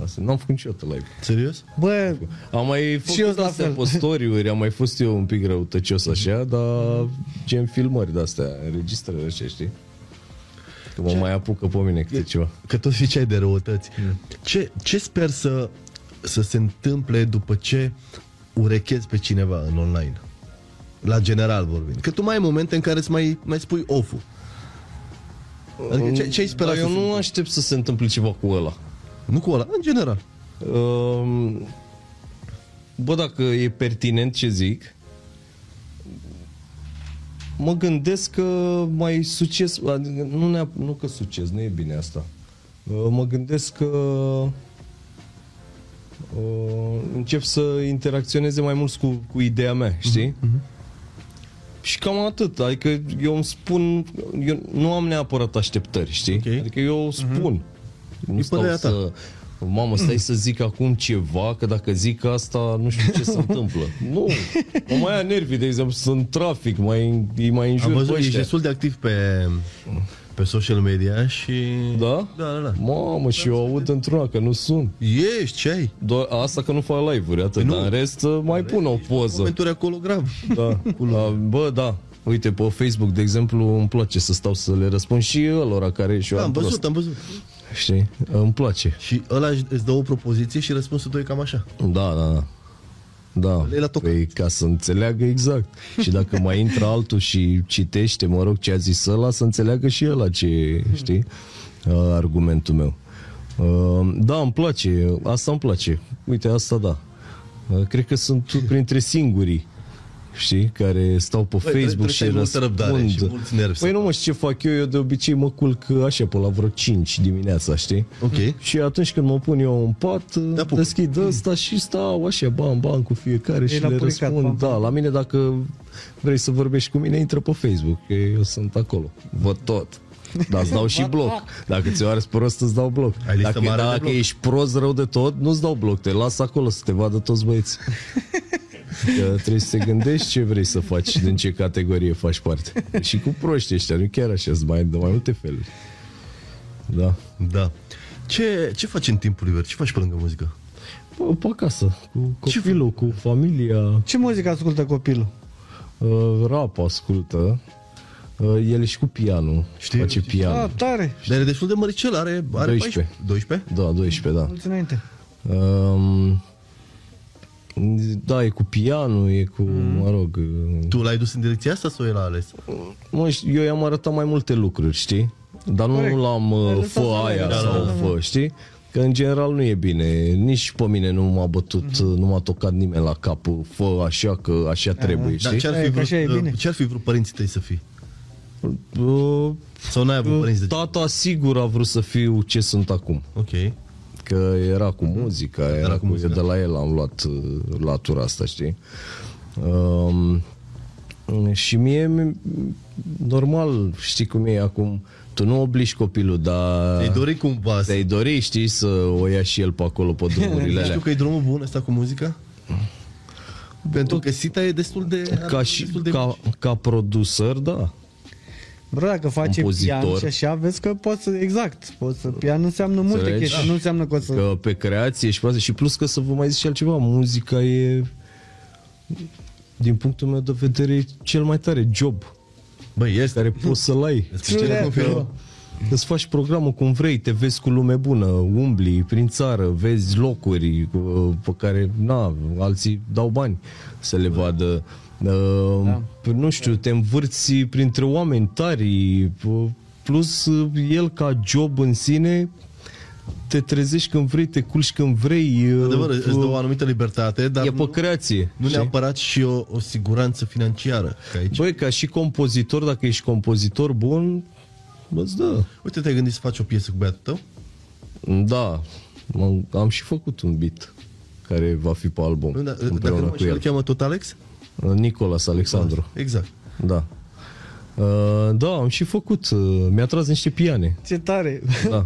Asta- N-am făcut niciodată live. Serios? Bă, Am mai făcut Și eu la astea fel. pe story-uri, am mai fost eu un pic răutăcios așa, dar gen filmări de-astea, înregistrări așa, știi? Că mă mai apucă pe mine câte Deci ceva. Mm. Că tot ziceai de răutăți. Ce, ce sper să, să se întâmple după ce urechezi pe cineva în online? La general vorbind. Că tu mai ai momente în care îți mai, mai spui off-ul. Adică ce, ce ai Dar sperat Da, eu să se nu aștept să se întâmple ceva cu ăla. Nu cu ăla, în general. Um, Bă, dacă e pertinent ce zic, mă gândesc că mai succes, adică nu, neap- nu că succes, nu e bine asta. Uh, Mă gândesc că uh, încep să interacționeze mai mult cu, cu ideea mea, știi? Și cam atât, adică eu îmi spun, eu nu am neapărat așteptări, știi? Ok. Adică eu spun. Nu E stau părerea ta. să... Mamă, stai să zic acum ceva, că dacă zic asta, nu știu ce se întâmplă. Nu, mă mai ia nervii, de exemplu, sunt în trafic, mai, îi mai înjur Am văzut, pe ești ăștia. destul de activ pe, pe social media și... Da? Da, da, da. Mamă, și eu aud într-una că nu sun. Ești, ce ai? Doar asta că nu fac live-uri, atât, Păi nu. Păi dar în rest uh, mai pun o poză. Momenturi acolo grav. Da. A, Bă, da. Uite, pe Facebook, de exemplu, îmi place să stau să le răspund și ălora care și eu Da, am am văzut, prost. am văzut. Știi? Îmi place. Și ăla își- îți dă o propoziție și răspunsul tău e cam așa. Da, da, da. Da, Le-ai la tocat. păi, ca să înțeleagă exact. Și dacă mai intră altul și citește, mă rog, ce a zis ăla, să înțeleagă și ăla ce, știi, Hmm. uh, argumentul meu. Uh, Da, îmi place, asta îmi place. Uite, asta da. Uh, Cred că sunt printre singurii știi, care stau pe trebuie- Facebook trebuie și să ai multă răspund. răbdare și mulți nervi păi să- nu mă știu ce fac eu, eu de obicei mă culc așa pe la vreo 5 dimineața, știi? Ok. Și atunci când mă pun eu în pat, apucă. deschid ăsta și stau așa, bam, bam, cu fiecare și la le puricat, răspund. bam, da, la mine dacă vrei să vorbești cu mine, intră pe Facebook, că eu sunt acolo. Văd tot. Dar îți dau și bloc. Dacă ți-o arăți prost, îți dau bloc. Ai listă Dacă, mare de dacă bloc. ești prost rău de tot, nu-ți dau bloc. Te las acolo să te vadă toți băieții. Că trebuie să te gândești ce vrei să faci și din ce categorie faci parte. Și cu proști ăștia, nu chiar așa, sunt mai, de mai multe feluri. Da. Da. Ce, ce faci în timpul liber? Ce faci pe lângă muzică? Bă, Pe acasă, cu copilul, cu familia, ce muzică ascultă copilul? uh, rap ascultă, uh, el e și cu pianul, Știu, știu, face știu. pian. Ah, tare! Dar e destul de măricel, are, are 12. 14. 12? Da, 12, da. Mulți înainte. Um, da, e cu pianul, e cu, Mhm. mă rog, uh, Tu l-ai dus în direcția asta sau el a ales? Păi mă, ș- eu i-am arătat mai multe lucruri, știi? Dar nu Corect. l-am uh, Ai lăsat fă să da. aia aleagă. sau fă, știi? Că în general nu e bine, nici pe mine nu m-a bătut, Mhm. nu m-a tocat nimeni la cap, uh, fă așa că așa trebuie, Dar știi? Da, ce-ar E, fi că așa e bine. vrut, uh, ce-ar fi vrut părinții tăi să fii? Uh, Sau n-ai avut părinți de Tata sigur a vrut să fiu ce sunt acum. Ok. Că era cu muzica, era, cu cu muzica. muzica. de la el am luat uh, latura asta, știi? Um, și mie, mi- normal, știi cum e acum, tu nu obligi copilul, dar Ai dori cumva să... te-ai dori, știi, să o ia și el pe acolo, pe drumurile Nu alea. știu că e drumul bun ăsta cu muzica? Pentru că Sita e destul de... Ca, și, destul de ca, mici. ca producer, da. Bro, dacă face Compozitor. pian și așa, vezi că poți să, exact, poți să, pian înseamnă multe Înțelegi? chestii, nu înseamnă că o să... că pe creație și pe asta. Și plus că să vă mai zic și altceva, muzica e, din punctul meu de vedere, e cel mai tare job Băi, este. care poți să-l ai. Îți True câștigi that, confirmă. Păi, Îți faci programul cum vrei, te vezi cu lume bună, umbli prin țară, vezi locuri uh, pe care, na, alții dau bani să le vadă. Uh, Nu știu, te învârți printre oameni tari, uh, plus uh, el ca job în sine, te trezești când vrei, te culci când vrei, uh, Adevăr, îți dă o uh, anumită libertate, dar e nu, pe creație. nu știi? neapărat și o, o siguranță financiară. Că aici... Băi, ca și compozitor, dacă ești compozitor bun, bă, îți dă. Uite, te-ai gândit să faci o piesă cu băiatul tău? Da, am, am și făcut un beat care va fi pe album Nu, da, dacă nu împreună mă cu înșel, îl el. cheamă tot Alex? Nicolas Alexandru. Exact. Da. Uh, da, am și făcut. Uh, mi-a tras niște piane. Ce tare! Da,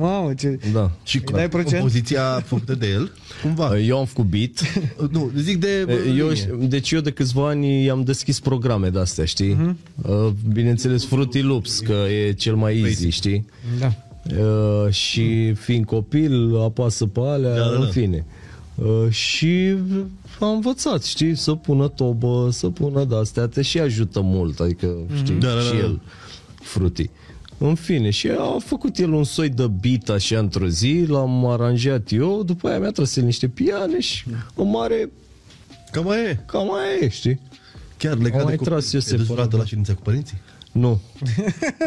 Mamă, ce... da. Și Îi dai procent? compoziția făcută de el, cumva. Uh, Eu am făcut beat. Nu, zic de... Ah. bă, Eu, linie. deci eu de câțiva ani am deschis programe de-astea, știi? Mhm. Uh, Bineînțeles Fruity Loops, că e cel mai easy, știi? Da. Uh, și fiind copil, apasă pe alea, Da, da, da. în fine. Uh, și am învățat, știi, să pună tobă, să pună de-astea, te și ajută mult, adică, știi, Da, da, da, și da. el, Fruity. În fine, și a făcut el un soi de beat așa într-o zi, l-am aranjat eu, după aia mi-a tras el niște piane și o mare Cam mai e. Cam aia e, știi? Chiar legat Am de mai copii. tras eu Ai dus separat, vreodată da. la ședința cu părinții? Nu.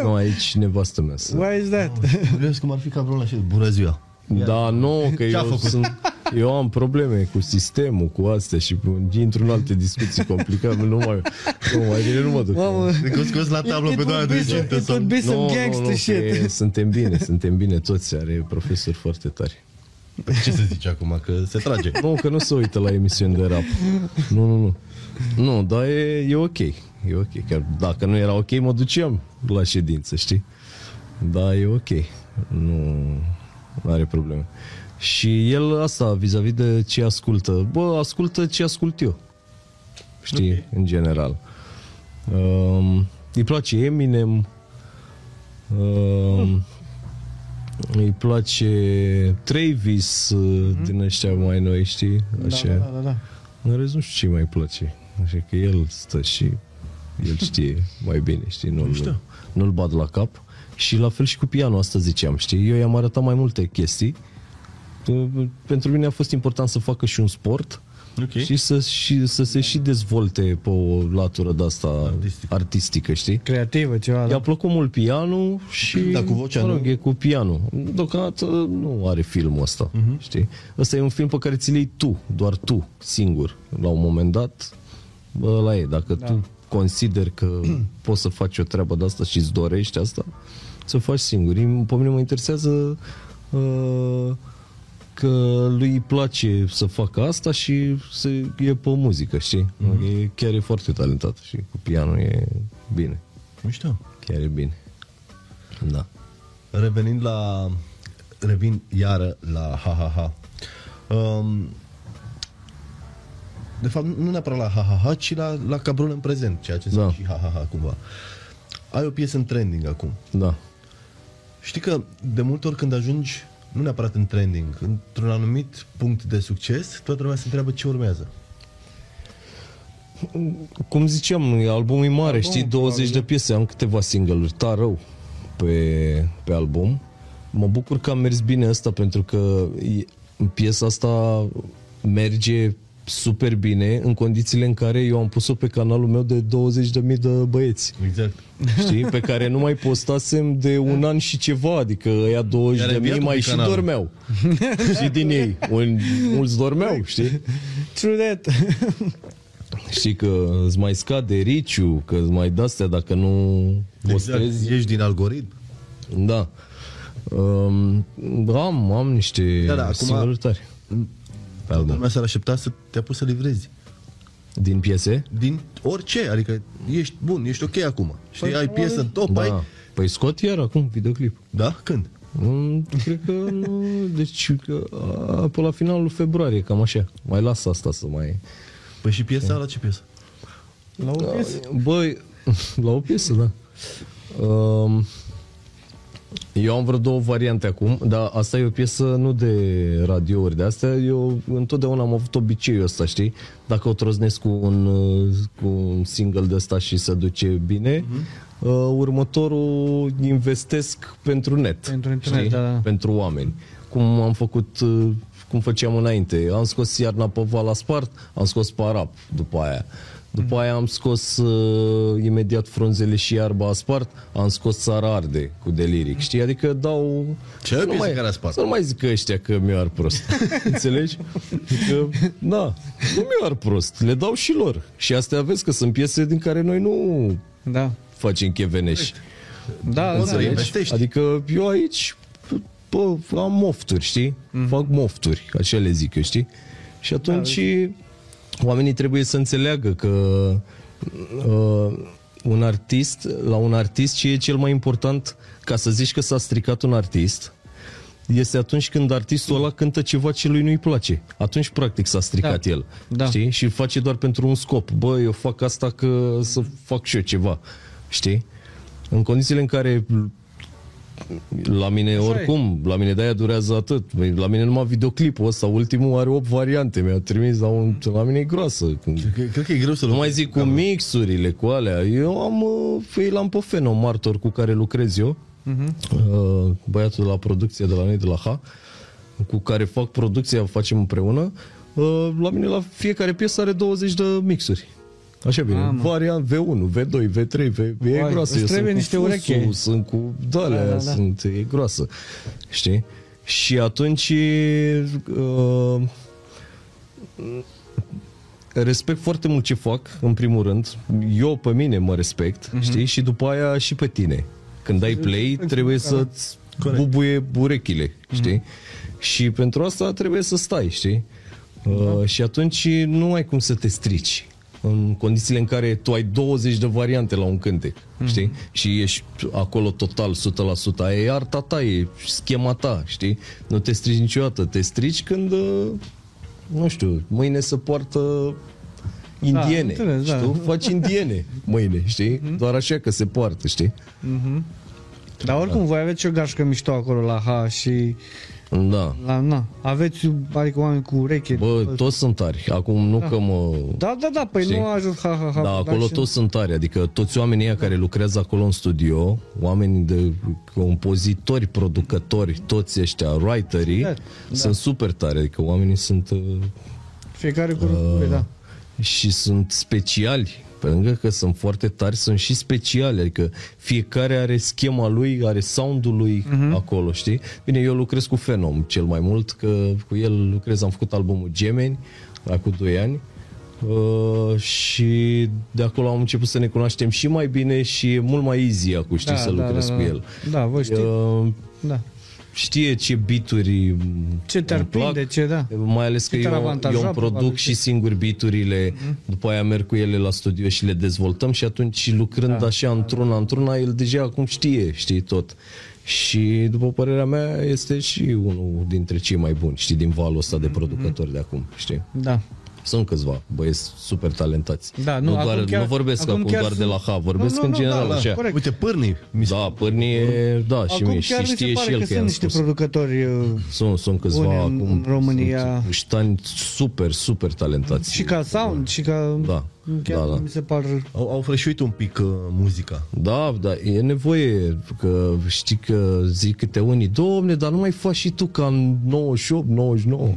nu, aici nevastă mea să... Why is that? Vreau cum ar fi ca vreun la ședință. Bună ziua! Da, nu, că Ce-a eu făcut? sunt... Eu am probleme cu sistemul, cu astea și intru în alte discuții complicate, nu mai, nu mai bine nu mă duc. Mamă, Te că scos la tablă it pe doamna would de be so- gintă it sau... would be some Nu, gangster nu, nu, shit. Că suntem bine, suntem bine toți, are profesori foarte tari. Păi Ce să zici acum, că se trage. Nu, că nu se uită la emisiuni de rap. Nu, nu, nu. Nu, dar e, e ok. E ok. Chiar dacă nu era ok, mă duceam la ședință, știi? Da, e ok. Nu are probleme. Și el asta, vis-a-vis de ce ascultă. Bă, ascultă ce ascult eu. Știi, okay. în general. Um, îi place Eminem. Hmm. Um, îi place Travis uh, din ăștia mai noi, știi? Așa. Hmm. Da, da, da, da. În rest nu știu ce îi mai place. Așa că el stă și el știe mai bine, știi? Nu-l, nu-l bat la cap. Și la fel și cu pianul asta ziceam, știi? Eu i-am arătat mai multe chestii. Uh, Pentru mine a fost important să facă și un sport Ok. și, să, și să se și dezvolte pe o latură de asta artistică, Artistică. artistică știi? Creativă, ceva, I-a da. plăcut mult pianul și... Da, cu vocea, mă rog, nu? e cu pianul. Deocamdată nu are filmul ăsta, Mhm. uh-huh. știi? Ăsta e un film pe care ți-l iei tu, doar tu, singur, la un moment dat. Bă, ăla e. Dacă da. tu consideri că poți să faci o treabă de asta și îți dorești asta, să o faci singur. Im- Pe mine mă interesează uh, că lui îi place să facă asta și să e pe muzică, știi? Mhm. Mm-hmm. E, chiar e foarte talentat și cu pianul e bine. Nu știu. Chiar e bine. Da. Revenind la... Revin iară la ha-ha-ha. Um, de fapt, nu neapărat la ha-ha-ha, ci la, la cabrul în prezent, ceea ce înseamnă Da. și ha-ha-ha cumva. Ai o piesă în trending acum. Da. Știi că de multe ori când ajungi, nu neapărat în trending, într-un anumit punct de succes, toată lumea se întreabă ce urmează. Cum ziceam, e- albumul e mare, știi, 20 de piese, am câteva single-uri, ta rău pe, pe album. Mă bucur că a mers bine asta pentru că e- piesa asta merge super bine în condițiile în care eu am pus-o pe canalul meu de 20.000 de băieți. Exact. știi, pe care nu mai postasem de un an și ceva, adică ăia 20 Iar de ai mii biat un mai pic și canalul. dormeau. și din ei, un, mulți dormeau, știi? True that. Știi că îți mai scade riciu, că îți mai de-astea dacă nu exact. postezi. Ești din algoritm. Da. Um, am, am niște Da, da, da, acum- da, tari pe Toată album. lumea s-ar aștepta să te-a pus să livrezi. Din piese? Din orice, adică ești bun, ești ok acum. Știi, Păi, ai piesă în top, Da. ai... Păi scot iar acum videoclip. Da? Când? Mm, Cred că nu, deci că, a, pe la finalul februarie, cam așa. Mai las asta să mai... Păi și piesa la ce piesă? La o piesă. Băi, la o piesă, da. Um, eu am vreo două variante acum, dar asta e o piesă nu de radiouri de astea. Eu întotdeauna am avut obiceiul ăsta, știi? Dacă o troznesc cu un, uh, cu un single de ăsta și se duce bine, Mhm. uh, următorul investesc pentru net. Pentru internet, da, da. Pentru oameni. Cum am făcut uh, cum făceam înainte. Am scos iarna pe Vala Spart, am scos Parap după aia. După aia am scos uh, imediat frunzele și iarba a spart, am scos țara arde cu deliric, știi? Adică dau... Ce să nu piesă mai- care a spart? Să nu mai zic ăștia că mi-o ar prost. Înțelegi? Că, da, nu mi-o ar prost. Le dau și lor. Și astea vezi că sunt piese din care noi nu Da. facem chevenești. să Da, da, da. revin. Înțelegi? investești. Adică eu aici bă, am mofturi, știi? Mhm. Mm. Fac mofturi, așa le zic eu, știi? Și Da, atunci oamenii trebuie să înțeleagă că uh, un artist, la un artist ce e cel mai important ca să zici că s-a stricat un artist este atunci când artistul ăla cântă ceva ce lui nu-i place. Atunci, practic, s-a stricat Da. el. Da. Știi? Și îl face doar pentru un scop. Bă, eu fac asta că să fac și eu ceva. Știi? În condițiile în care la mine e. oricum, la mine de-aia durează atât. Băi, La mine numai videoclipul ăsta, ultimul, are 8 variante. Mi-a trimis la, un, la mine e groasă. Adică, Cred, cred că e greu să Nu mai zic Da, cu mixurile, cu alea. Eu am, uh, îi l-am pe Feno, martor cu care lucrez eu. Mhm. Uh, Băiatul de la producție de la noi, de la H, cu care fac producția, facem împreună. Uh, La mine la fiecare piesă are 20 de mixuri. Așa bine. Mamă. Variant V1, V2, V3, V... E Vai, groasă. îți Eu trebuie sunt niște cu ureche. fusul, sunt cu dalea, da, da, da. sunt, e groasă, știi? Și atunci uh, respect foarte mult ce fac, în primul rând. Eu pe mine mă respect, uh-huh. știi? Și după aia și pe tine. Când dai play, trebuie să-ți Corect. bubuie urechile, știi? Și pentru asta trebuie să stai, știi? Uh, și atunci nu ai cum să te strici în condițiile în care tu ai 20 de variante la un cântec, știi? Și ești acolo total, 100%. Aia e arta ta, e schema ta, știi? Nu te strici niciodată. Te strici când, uh, nu știu, mâine se poartă indiene, da, înțeles, da. știu? Faci indiene mâine, știi? Doar așa că se poartă, știi? Dar oricum, voi aveți și o gașcă mișto acolo la H și Da. la na. Aveți, adică, oameni cu ureche. Bă, toți sunt tari. Acum nu că mă... da, da, da, păi știi? nu a ajuns ha, ha, ha. Da, acolo și- Da. toți sunt tari, adică toți oamenii ăia care lucrează acolo în studio, oameni de compozitori, producători, toți ăștia, writerii, Da, da. da. sunt super tari, adică oamenii sunt uh, Fiecare cu uh, da. și sunt speciali, pe lângă că sunt foarte tari, sunt și speciali, adică fiecare are schema lui, are sound-ul lui Mhm. uh-huh. acolo, știi? Bine, eu lucrez cu Fenom cel mai mult, că cu el lucrez, am făcut albumul Gemeni, acum 2 ani, Uh, și de acolo am început să ne cunoaștem și mai bine și e mult mai easy acum, știi, da, da, să da, lucrez da, cu da. el. Da, voi știți. Uh, Da. știe ce bituri Ce te-ar îmi plac, prinde, ce, da. Mai ales că Ce te-ar eu, avantaja, eu îmi probabil, Mhm. produc și singur biturile, mm-hmm. după aia merg cu ele la studio și le dezvoltăm și atunci lucrând da, așa într-una, într-una, el deja acum știe, știi tot. Și după părerea mea este și unul dintre cei mai buni, știi, din valul ăsta Mhm, de producători de acum, știi? Da. Sunt câțiva băieți super talentați. Da, nu, nu, doar, acum chiar- nu vorbesc acum acum, chiar doar de sunt- la H, vorbesc Nu, nu, în nu, general da, da, așa. corect. Uite, pârnii. Mi se... Da, Pârnie, da, și, mie, și știe și că el că, sunt i-am niște spus. Mm. producători uh, Sunt, sunt câțiva Bune, în- acum. în România. Sunt ștani super, super talentați. și ca sound, și ca... Da, Chiar da, da. mi se par... Au, au frășuit un pic uh, muzica. Da, da, e nevoie că știi că zic câte unii, domne, dar nu mai faci și tu ca în 98, 99.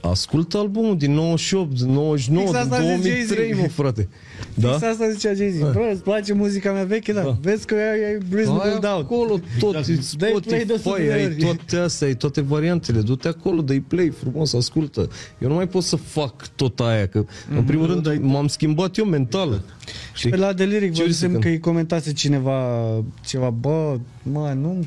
Ascultă albumul din 98, 99, Fix din asta zice 2003, Jay-Z. mă, frate. Da? Da? Fix asta zicea Jay-Z. Bro, îți place muzica mea veche? Da. Vezi că ai, ai Ai Reasonable Doubt. acolo tot, Exact. Dai play de Spotify, 100 de ai ori. toate astea, ai toate variantele, du-te acolo, dai play frumos, ascultă. Eu nu mai pot să fac tot aia, că mm-hmm. în primul rând m-am schimbat eu mental. Știi? Pe Mhm. Exact. Păi la Deliric Ce văzusem riscăm? că îi comentase cineva ceva, bă, mă, nu,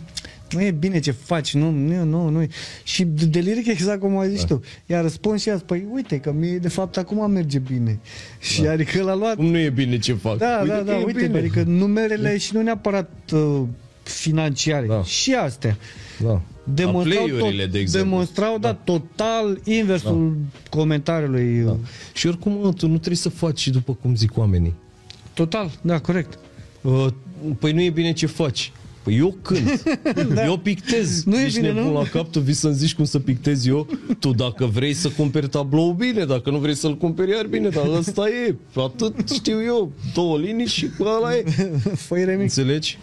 nu e bine ce faci, nu, nu, nu, nu. e." Și Deliric exact cum ai zis Da. tu. Iar răspuns și ea, păi uite că mie de fapt acum merge bine. Și adică l-a luat Da. Cum nu e bine ce fac? Da, Uite da, că da, e uite, bine. adică numerele și nu neapărat uh, financiare, da. Da. și astea. Da. Demonstrau, play-urile, tot, de exemplu. demonstrau da. da, total inversul da. comentariului. Da. Și oricum, mă, tu nu trebuie să faci și după cum zic oamenii. Total, da, corect. Uh, păi nu e bine ce faci. Păi eu cânt, da. eu pictez. Nu e Ești bine, nebun nu? la cap, tu vii să-mi zici cum să pictez eu. Tu dacă vrei să cumperi tablou, bine. Dacă nu vrei să-l cumperi, iar bine. Dar ăsta e. Atât știu eu. Două linii și ăla e. Făi remix. Înțelegi?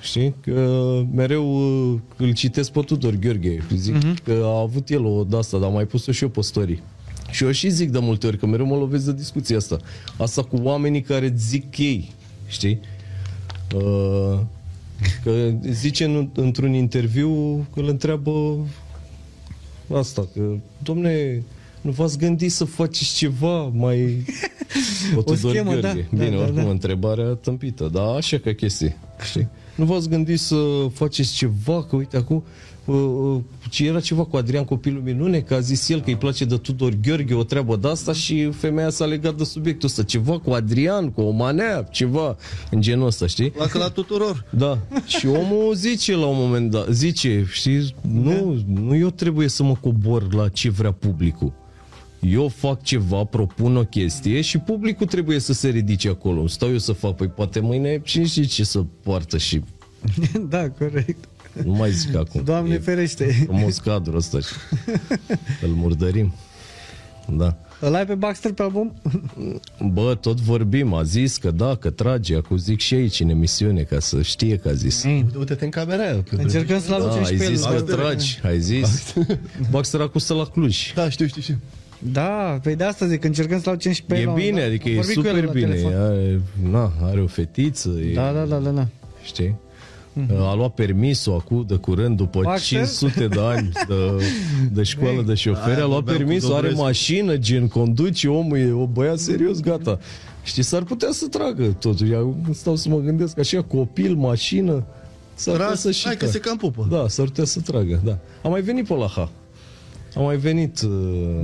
Știi? Că mereu uh, îl citesc pe Tudor Gheorghe. Zic uh-huh. Mhm. că a avut el o de-asta, dar am mai pus-o și eu pe story. Și eu și zic de multe ori, că mereu mă lovesc de discuția asta. Asta cu oamenii care zic ei, știi? Uh, Că zice în, într-un interviu că îl întreabă asta, că domne, nu v-ați gândit să faceți ceva mai... schemă, da, da, Bine, da, oricum, da. întrebarea tâmpită, dar așa că chestii, știi? Nu v-ați gândit să faceți ceva? Că uite acum uh, uh, ce era ceva cu Adrian Copilul Minune, că a zis el că îi place de Tudor Gheorghe o treabă de asta și femeia s-a legat de subiectul ăsta. Ceva cu Adrian, cu o manea, ceva în genul ăsta, știi? La că la tuturor. Da. Și omul zice la un moment dat, zice, știi, nu, nu eu trebuie să mă cobor la ce vrea publicul. Eu fac ceva, propun o chestie și publicul trebuie să se ridice acolo. Stau eu să fac, păi poate mâine cine știe ce să poartă și da, corect. nu mai zic acum. Doamne E ferește. frumos cadrul ăsta și îl murdărim. Da. Îl ai pe Baxter pe album? Bă, tot vorbim, a zis că da, că trage, acum zic și aici în emisiune ca să știe că a zis. Uite- Uite-te în camera aia. că- Încercăm să-l Da, aducem și ai pe el. zis că Baxter. tragi, ai zis. Baxter acum stă la Cluj. Da, știu, știu, știu. Da, pe de asta zic, încercăm să-l aducem și pe el. E la un bine, moment dat. adică Păi Am e vorbit cu el super la bine. telefon. Are, na, are o fetiță, e, Da, da, da, da, da. știi? A luat permisul acum de curând, după Baxter? 500 de ani de, de școală de șoferi, a Aia luat vorbeam cu permisul, are Dobrescu. mașină, gen, conduce omul, e o băiat serios, gata. Știi, s-ar putea să tragă totuși. Acum Stau să mă gândesc, așa, copil, mașină, s-ar putea Ras, să și hai că tragă. se cam pupă. Da, s-ar putea să tragă, da. A mai venit pe la H. A mai venit... Uh...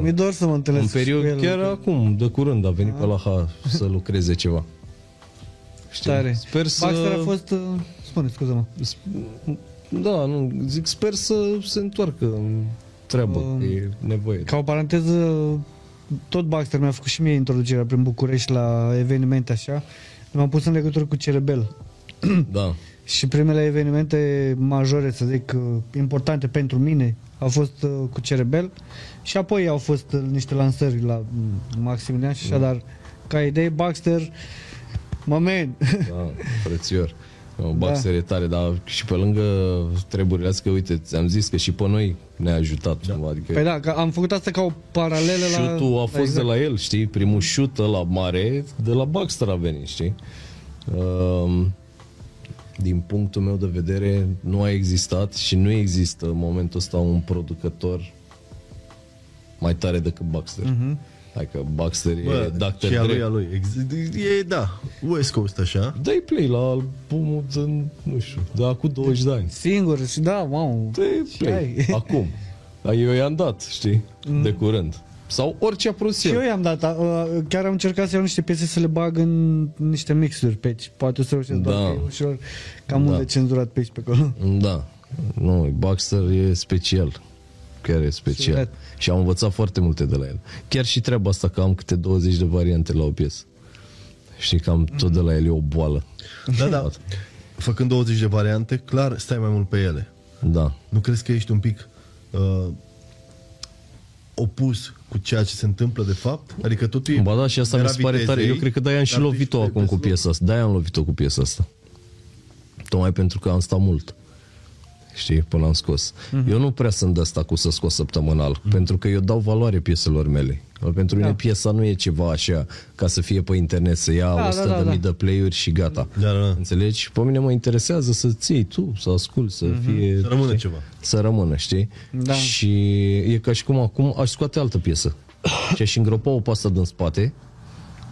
Mi-e dor să mă În întâlnesc și cu perioadă, el. chiar acum, de curând a venit pe la H să lucreze ceva. Știi? Tare. Sper să... Baxter a fost... uh, Spune, scuză-mă. sp- Da, nu, zic, sper să se întoarcă în treabă, Um, că e nevoie. Ca o paranteză, tot Baxter mi-a făcut și mie introducerea prin București la evenimente așa. M-am pus în legătură cu Cerebel. Da. Și primele evenimente majore, să zic, uh, importante pentru mine, au fost uh, cu Cerebel și apoi au fost uh, niște lansări la mm, Maximilian și așa, dar ca idee, Baxter, mă men, Da, frățior. O Baxter e tare, dar și pe lângă treburile astea, uite, ți-am zis că și pe noi ne-a ajutat. Da. Adică Păi da, că am făcut asta ca o paralelă la... Exact. Șutul a fost la de la el, știi? Primul șut la mare de la Baxter a venit, știi? Um, din punctul meu de vedere, nu a existat și nu există în momentul ăsta un producător mai tare decât Baxter. Mhm. Mm-hmm. Hai că Baxter e Bă, Dr. și a lui, Dre. a lui. Ex- E, da, West Coast așa. Dai play la albumul de, nu știu, de acum 20 de ani. Singur și da, wow. Dai play, ai. Mm. acum. Dar eu i-am dat, știi? De curând. Sau orice a produs Și el. eu i-am dat, a- a- chiar am încercat să iau niște piese să le bag în niște mixuri pe aici. Poate o să reușesc, Da. da. doar că e ușor cam da. Da. unde cenzurat pe aici pe acolo. Da. Nu, Baxter e special. Chiar e special. Sunet. Și am învățat foarte multe de la el. Chiar și treaba asta că am câte 20 de variante la o piesă. Știi că am tot de la el e o boală. Da, da. Făcând 20 de variante, clar stai mai mult pe ele. Da. Nu crezi că ești un pic uh, opus cu ceea ce se întâmplă de fapt? Adică totul e... Ba da, și asta mi se pare gravitezei, tare. Eu cred că de-aia am și dar Păi, tu lovit-o ești acum pe cu slow. piesa asta. De-aia am lovit-o cu piesa asta. Tocmai pentru că am stat mult. Știi, până am scos. Mhm. Eu nu prea sunt de asta cu să scos săptămânal, pentru că eu dau valoare pieselor mele. Pentru mine piesa nu e ceva așa ca să fie pe internet, să Da. ia da, 100.000 da, da. de play-uri și gata. Da, da, da. Înțelegi? Pe mine mă interesează să ții tu, să ascult, să Mhm. fie... Să rămână ceva. Să rămână, știi? Da. Și e ca și cum acum aș scoate altă piesă. și aș îngropa o pastă din spate,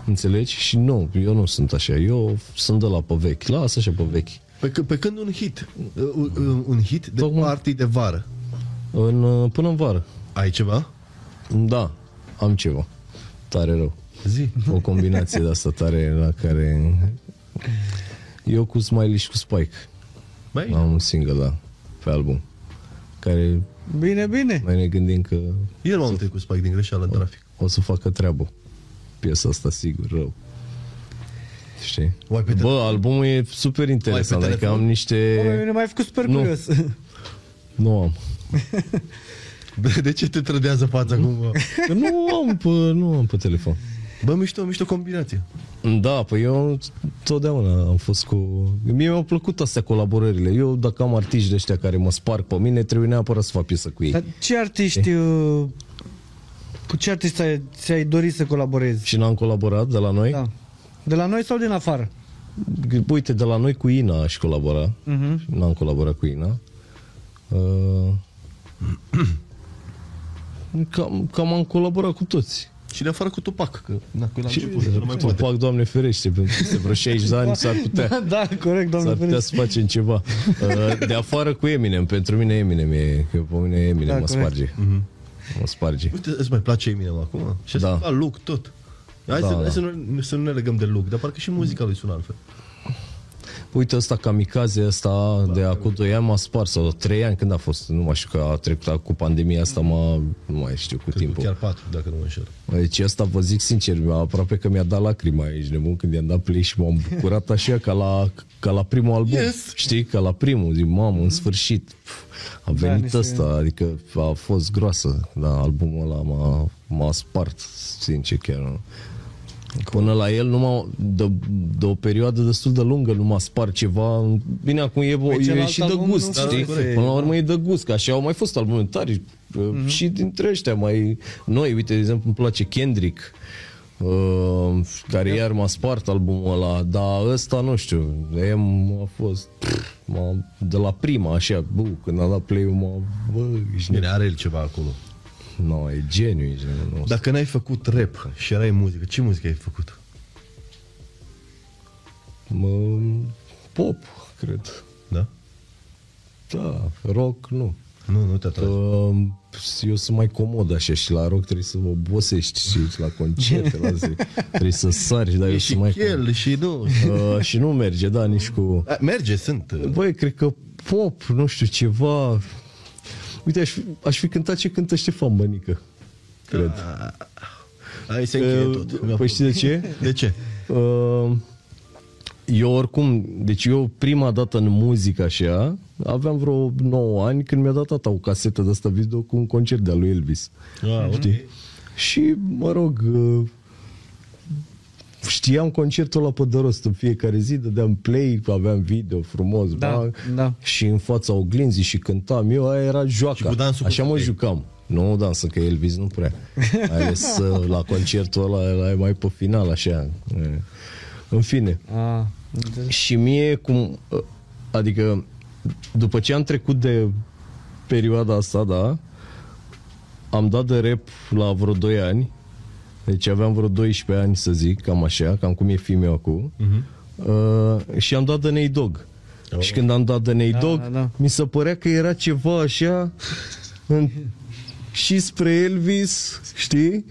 înțelegi? Și nu, eu nu sunt așa. Eu sunt de la pe vechi. Lasă așa pe vechi. Pe, câ- pe când un hit, uh, un, un hit de Tocmai. party de vară, În, uh, până în vară. ai ceva? Da, am ceva. Tare rău. Zi. O combinație de asta tare la care... Eu cu Smiley și cu Spike Mai am un single, da, pe album. Care Bine, bine. noi ne gândim că El m-am întâlnit cu Spike din greșeală Da. în trafic. o să facă treabă. Piesa asta, sigur, rău. Știi? Uai, pe Bă, albumul e super interesant, Uai, pe adică am telefon? niște... Oamenii ne mai făcut super nu. curios. Nu am. De, de ce te trădează fața acum? Bă? Că nu am pe, nu am pe telefon. bă, mișto, mișto combinație. Da, păi eu totdeauna am fost cu... Mie mi-au plăcut astea colaborările. Eu, dacă am artiști de ăștia care mă sparg pe mine, trebuie neapărat să fac piesă cu ei. Dar ce Eh. artiști... uh, Cu ce artiști ți-ai, ți-ai dorit să colaborezi? Și n-am colaborat de la noi. Da. De la noi sau din afară? Uite, de la noi cu Ina aș colabora. Uh-huh. Mhm. N-am colaborat cu Ina. Uh, cam, cam am colaborat cu toți. Și de afară cu Tupac, că na, cu el am Și început, nu mai poate. Tupac, Doamne ferește, pentru peste vreo 60 de ani s-ar putea. Da, da, corect, doamne S-ar putea ferește. să facem ceva. Uh, De afară cu Eminem. Pentru mine Eminem e... Că pe mine Eminem Da, mă corect. sparge. Mă sparge. Uite, îți mai place Eminem acum? Și Da. da. la look tot. Hai, Da, să, da. hai să, nu, să nu ne legăm de look, dar parcă și muzica lui sună altfel. Uite ăsta kamikaze ăsta Da, de acum 2 ani m-a spart sau 3 ani când a fost, nu mai știu că a trecut acum pandemia asta, m-a, nu mai știu cu timpul. Chiar patru, dacă nu mă înșel. Deci asta vă zic sincer, aproape că mi-a dat lacrima aici nebun când i-am dat play și m-am bucurat așa ca la, ca la primul album. Yes! Știi? Ca la primul. Zic, mamă, în sfârșit pf, a Da, venit ni se- ăsta, adică a fost groasă, da, albumul ăla m-a, m-a spart, sincer chiar. Până la el, numai de, de, o perioadă destul de lungă, nu m-a spart ceva. Bine, acum e, Păi e celălalt și de album nu gust, se- știi? corect. Până la urmă e de gust, că așa au mai fost albume tari mm-hmm. și dintre ăștia mai noi, uite, de exemplu, îmi place Kendrick, uh, care iar m-a spart albumul ăla, dar ăsta, nu știu, M a fost pff, m-a, de la prima, așa, bu, când a dat play-ul, m-a, bă, ești ne- Bine, are el ceva acolo. no, e geniu, e geniu. Nu, Dacă n-ai făcut rap și erai muzică, ce muzică ai făcut? mă, pop, cred. Da? Da, rock, nu. Nu, nu te atrage. Um, Eu sunt mai comod așa și la rock trebuie să mă obosești și la concerte, la zi. trebuie să sari, dar eu E și sunt mai comod. el, și nu. Uh, și nu merge, da, nici cu... A, Merge, sunt. uh, Băi, cred că pop, nu știu, ceva... Uite, aș fi, aș fi cântat ce cântă Ștefan Bănică. Cred. Hai se încheie Uh, tot. Păi știi de ce? De ce? Uh, Eu oricum, deci eu prima dată în muzică așa, aveam vreo 9 ani când mi-a dat tata o casetă de asta video cu un concert de-a lui Elvis. Ah, Știi? Și, mă rog, uh, știam concertul la pe de rost în fiecare zi, dădeam play, aveam video frumos, Da, ba, da. și în fața oglinzii și cântam eu, aia era joaca. cu dansul cu Așa mă play. jucam. Nu dansă, că Elvis nu prea. Mai ales uh, la concertul ăla, ăla e mai pe final, așa. E. În fine. Ah, înțeles. Și mie, cum, adică, după ce am trecut de perioada asta, da, am dat de rep la vreo 2 ani, deci aveam vreo 12 ani, să zic, cam așa, cam cum e fiul meu acum, Mhm. uh, și am dat de Ney Dog. Oh. Și când am dat de Ney Da, Dog, da, da. mi se părea că era ceva așa, în, și spre Elvis, știi?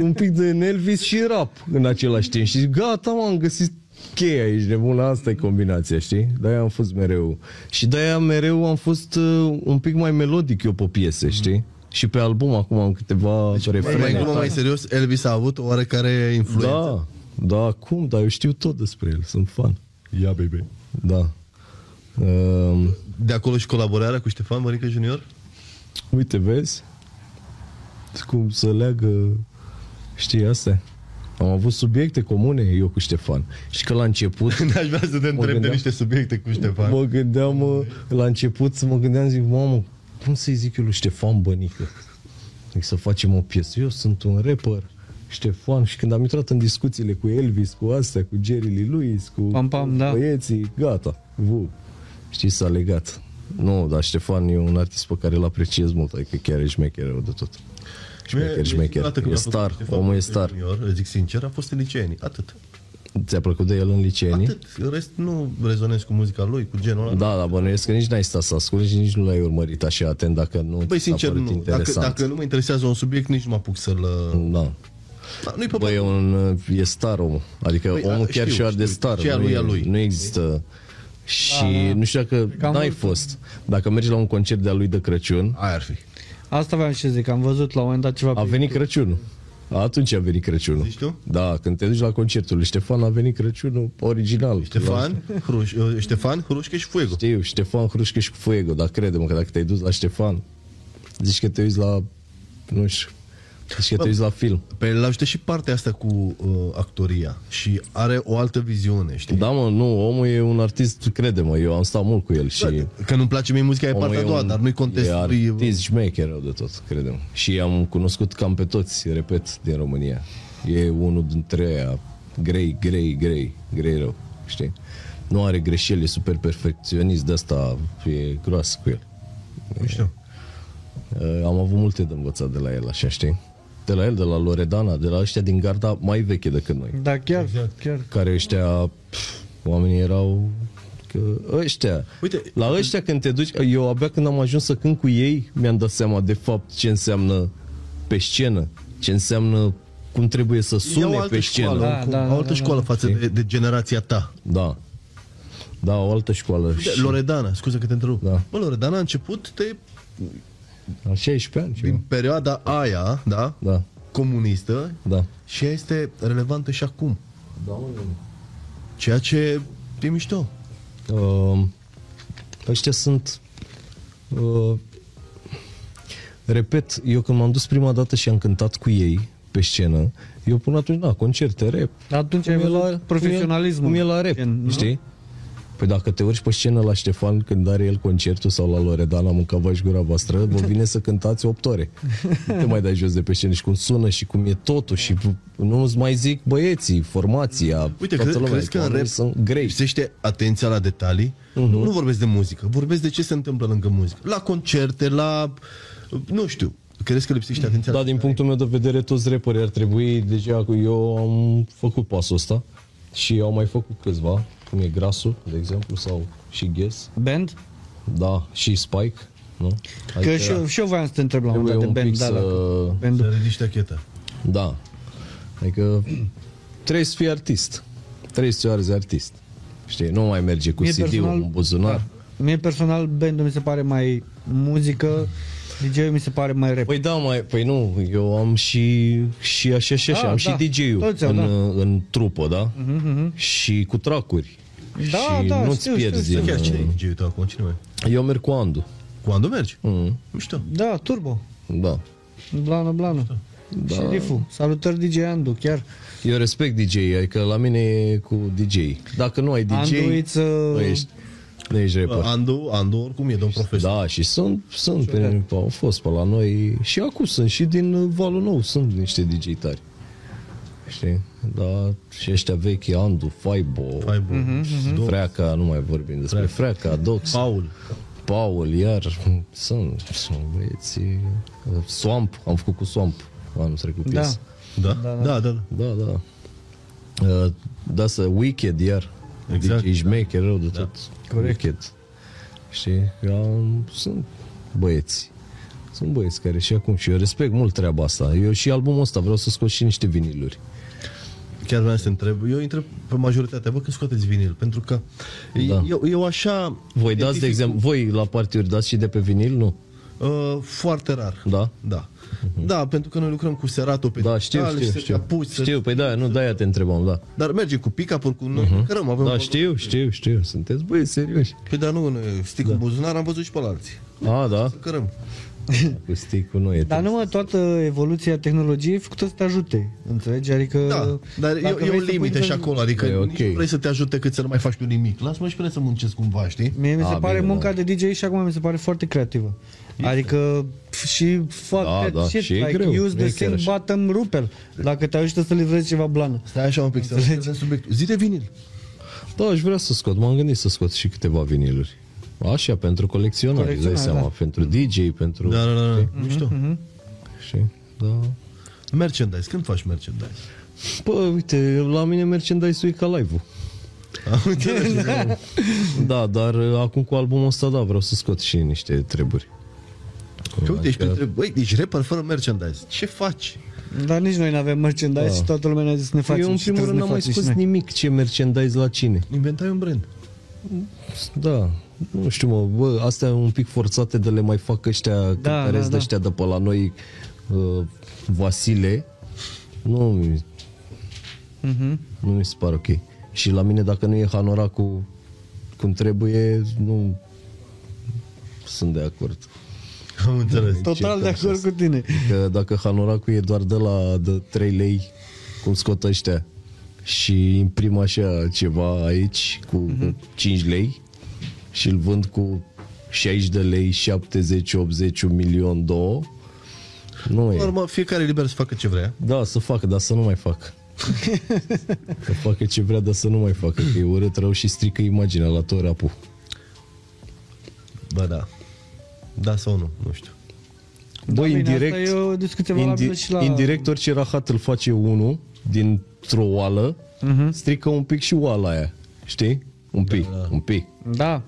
Un pic de Elvis și rap în același timp. Și zic, gata, mă, am găsit cheia aici, nebună, asta e combinația, știi? De-aia am fost mereu. Și de-aia mereu am fost uh, un pic mai melodic eu pe piese, știi? Și pe album acum am câteva deci, Păi, Mai refrene. glumă, mai serios, Elvis a avut oarecare influență. Da, da, cum? Dar eu știu tot despre el, sunt fan. Ia, baby. Da. Uh, De acolo și colaborarea cu Ștefan Bănică Junior? uite, vezi? Cum să leagă, știi, astea? Am avut subiecte comune eu cu Ștefan. Și că la început N-aș vrea să te întreb de gândeam. niște subiecte cu Ștefan. Mă gândeam, mă, la început, să mă gândeam, zic, mamă, cum să-i zic eu lui Ștefan Bănică? Zic să facem o piesă. Eu sunt un rapper, Ștefan, și când am intrat în discuțiile cu Elvis, cu astea, cu Jerry Lee Lewis, cu Pam, pam, da. băieții, gata, vu. Știi, s-a legat. Nu, dar Ștefan e un artist pe care îl apreciez mult, adică chiar e șmecher rău de tot. Deci, Șmecher, șmecher. E star, omul e star. Junior, îl zic sincer, a fost în liceenii, atât. Ți-a plăcut de el în liceenii? Atât. În rest nu rezonez cu muzica lui, cu genul ăla. Da, dar bănuiesc că nici n-ai stat să asculti și nici nu l-ai urmărit așa atent dacă nu Băi, ți s-a Păi, sincer, părut nu. Dacă, interesant. dacă nu mă interesează un subiect, nici nu mă apuc să-l... Da. Da, nu-i pe Băi, e, un, e star omul. Adică Păi, Băi, a, omul chiar știu, și de știu. star. Ce a nu, lui, e- a lui. nu există. Și nu știu dacă am n-ai văzut. fost. Dacă mergi la un concert de-a lui de Crăciun, Aia ar fi. Asta aveam și să zic, am văzut la un moment dat ceva a pe venit Crăciunul. Atunci a venit Crăciunul. Zici tu? Da, când te duci la concertul lui Ștefan, a venit Crăciunul original. La- Ștefan, Hruș, uh, Ștefan, Hrușche și Fuego. Știu, Ștefan Hrușcă și cu Fuego, dar crede-mă că dacă te-ai dus la Ștefan, zici că te uiți la, nu știu, zici că te uiți la film. Pe el ajută Păi, și partea asta cu uh, actoria și are o altă viziune, știi? Da, mă, nu, omul e un artist, crede-mă, eu am stat mult cu el și... Că nu-mi place mie muzica, e omul partea a doua, un- dar nu-i E contestul lui... artist șmecher rău de tot, credem. Și am cunoscut cam pe toți, repet, din România. E unul dintre aia, grei, grei, grei, grei rău, știi? Nu are greșeli, e super perfecționist, de asta e groasă cu el. Nu știu. Eh, Uh, Am avut multe de învățat de la el, așa, știi? de la el, de la Loredana, de la ăștia din garda mai veche decât noi. Da, chiar, exact. chiar. Care ăștia, pf, oamenii erau că ăștia. Uite- la ăștia când te duci, eu abia când am ajuns să cânt cu ei, mi-am dat seama de fapt ce înseamnă pe scenă, ce înseamnă cum trebuie să Iau sune altă pe scenă. școală, Da, oricum, da, da, altă da, școală față de, de generația ta. Da. Da, o altă școală. Uite, Loredana, scuze că te întrerup. Da. Bă, Loredana a început de, La 16 ani ceva. din perioada aia, da? Da. Comunistă. Da. Și ea este relevantă și acum. Ceea ce e mișto. Uh, ăștia sunt... Uh, repet, eu când m-am dus prima dată și am cântat cu ei pe scenă, eu până atunci, da, concerte, rap. Atunci ai Cum e văzut cum e- profesionalismul. Cum e la rap, Gen, nu? știi? Păi dacă te urci pe scenă la Ștefan când are el concertul sau la Loredana Mâncava și gura voastră, vă vine să cântați 8 ore. Nu te mai dai jos de pe scenă și cum sună și cum e totul și nu-ți mai zic băieții, formația, Uite, toată cre- lumea. adică crezi că în Oamenii rap sunt Mhm. grei. lipsește atenția la detalii? Uh-huh. Nu vorbesc de muzică, vorbesc de ce se întâmplă lângă muzică. La concerte, la... Nu știu. Crezi că lipsește atenția? Da, la din detalii? punctul meu de vedere, toți rapperii ar trebui, deja cu- eu am făcut pasul ăsta și au mai făcut câțiva, cum e Grasul, de exemplu, sau și Guess, Band? da, și Spike, nu? Că și eu, și eu voiam să te întreb la un moment dat de Trebuie un band, pic da, să- dacă- bandul. Să ridici tacheta. Da. Adică trebuie să fii artist. Trebuie să fii artist. Știi, nu mai merge cu Mie CD-ul în buzunar. Da. Mie personal, bandul mi se pare mai muzică, DJ-ul mi se pare mai rap. Păi da, mai, păi nu, eu am și, și așa și așa, Da, am da. și DJ-ul Toți au, în, da. Mhm, în trupă, da? Și cu tracuri. Da, și da, nu-ți știu, pierzi știu, Da, din- uh, chiar, cine e DJ-ul tău acum? Cine mai? e? Eu merg cu Andu, Cu Andu mergi? Mm. Mișto. Da, Turbo, da. blană, blană. Da. Șeriful, salutări DJ Andu, chiar. Eu respect DJ, adică la mine e cu DJ. Dacă nu ai DJ, Andu, it's a- nu ești, nu ești rapper. Andu, Andu oricum e domn profesor. Da, și sunt, sunt pe, au fost pe la noi și acum sunt și din uh, Valul Nou, sunt niște DJ tari. Știi? Da, și ăștia vechi, Andu, Faibo, Ai Mhm, bun. Mm-hmm. Freaca, nu mai vorbim despre Freaca, Dox, Paul. Paul, iar sunt, sunt băieții. uh, Swamp, am făcut cu Swamp anul trecut Da. piesă. Da? Da, da. da, da. Da, da. Uh, Da, să Wicked, iar. Exact, Exact. Deci ești maker rău de tot. Corect. Wicked. Știi? Eu, sunt băieți. Sunt băieți care și acum și eu respect mult treaba asta. Eu și albumul ăsta vreau să scot și niște viniluri. Chiar vreau să te întreb. Eu îi întreb pe majoritatea. Bă, când scoateți vinil? Pentru că da. eu, eu așa... Voi dați, de identific- exemplu, voi la partiuri dați și de pe vinil, nu? Uh, foarte rar. Da? Da. Da, pentru că noi lucrăm cu seratul pe Da, știu, digital, știu, se- știu. apuci Păi să- știu, păi da, nu, de-aia te întrebam, da. Dar merge cu pick-up-uri, cu noi lucrăm, avem... Da, știu, știu, știu, sunteți băieți serioși. Păi dar nu, ne stic da. în buzunar, am văzut și pe la alții. A, da, Lucrăm. cu sticul nu e. Dar numai toată evoluția tehnologiei e făcută să te ajute, înțelegi? Adică... Da, dar dacă e, e vrei o să pui limită niște- și acolo, adică E e, ok. nici nu vrei să te ajute cât să nu mai faci tu nimic. Lasă-mă și pe mine să muncesc cumva, știi? Mie mi se A, pare bine, da. munca de DJ și acum mi se pare foarte creativă. Adică f- și fac Da, that da, shit, și e like greu, use nu e the chiar same așa. bottom rupel. Dacă te ajută să livrezi ceva blană. Stai așa un pic, să vedem subiectul. Zi de vinil. Da, aș vrea să scot. M-am gândit să scot și câteva viniluri. Așa, pentru colecționari, îți dai Colecționari, seama. da. Pentru DJ, pentru... Da, da, da, da. mișto. Știi? Da. Merchandise, când faci merchandise? Bă, uite, la mine merchandise-ul e ca live-ul. Am înțeles. Da, dar uh, acum cu albumul ăsta, da, vreau să scot și niște treburi. Păi, Că uite, ești, printre, băi, ești rapper fără merchandise. Ce faci? Dar nici noi nu avem merchandise Da. și toată lumea ne-a zis să ne facem Eu, în și primul rând, trebuie n-am să ne facem mai și scos noi. nimic ce merchandise la cine. Inventai un brand. Da, nu știu mă, bă, astea un pic forțate de le mai fac ăștia da, care da, sunt da. ăștia de pe la noi uh, Vasile nu mi nu mi se pare ok și la mine dacă nu e Hanora cu cum trebuie, nu sunt de acord Am înțeles. Total Ce de cam acord să- cu tine. că dacă hanoracul e doar de la de 3 lei, cum scot ăștia și imprim așa ceva aici cu 5 lei și îl vând cu 60 de lei, 70, 80, 1 milion, 2, nu e. Normal, fiecare e liber să facă ce vrea. Da, să facă, dar să nu mai facă. să facă ce vrea, dar să nu mai facă, că e urât rău și strică imaginea la tot rapul. Ba da. Da sau nu, nu știu. Da, Bă, bine, indirect, asta e o discuție valabilă și la- indirect orice rahat îl face unul dintr-o oală, uh-huh. Mhm. strică un pic și oala aia, știi? Un pic, da, da. un pic. Da.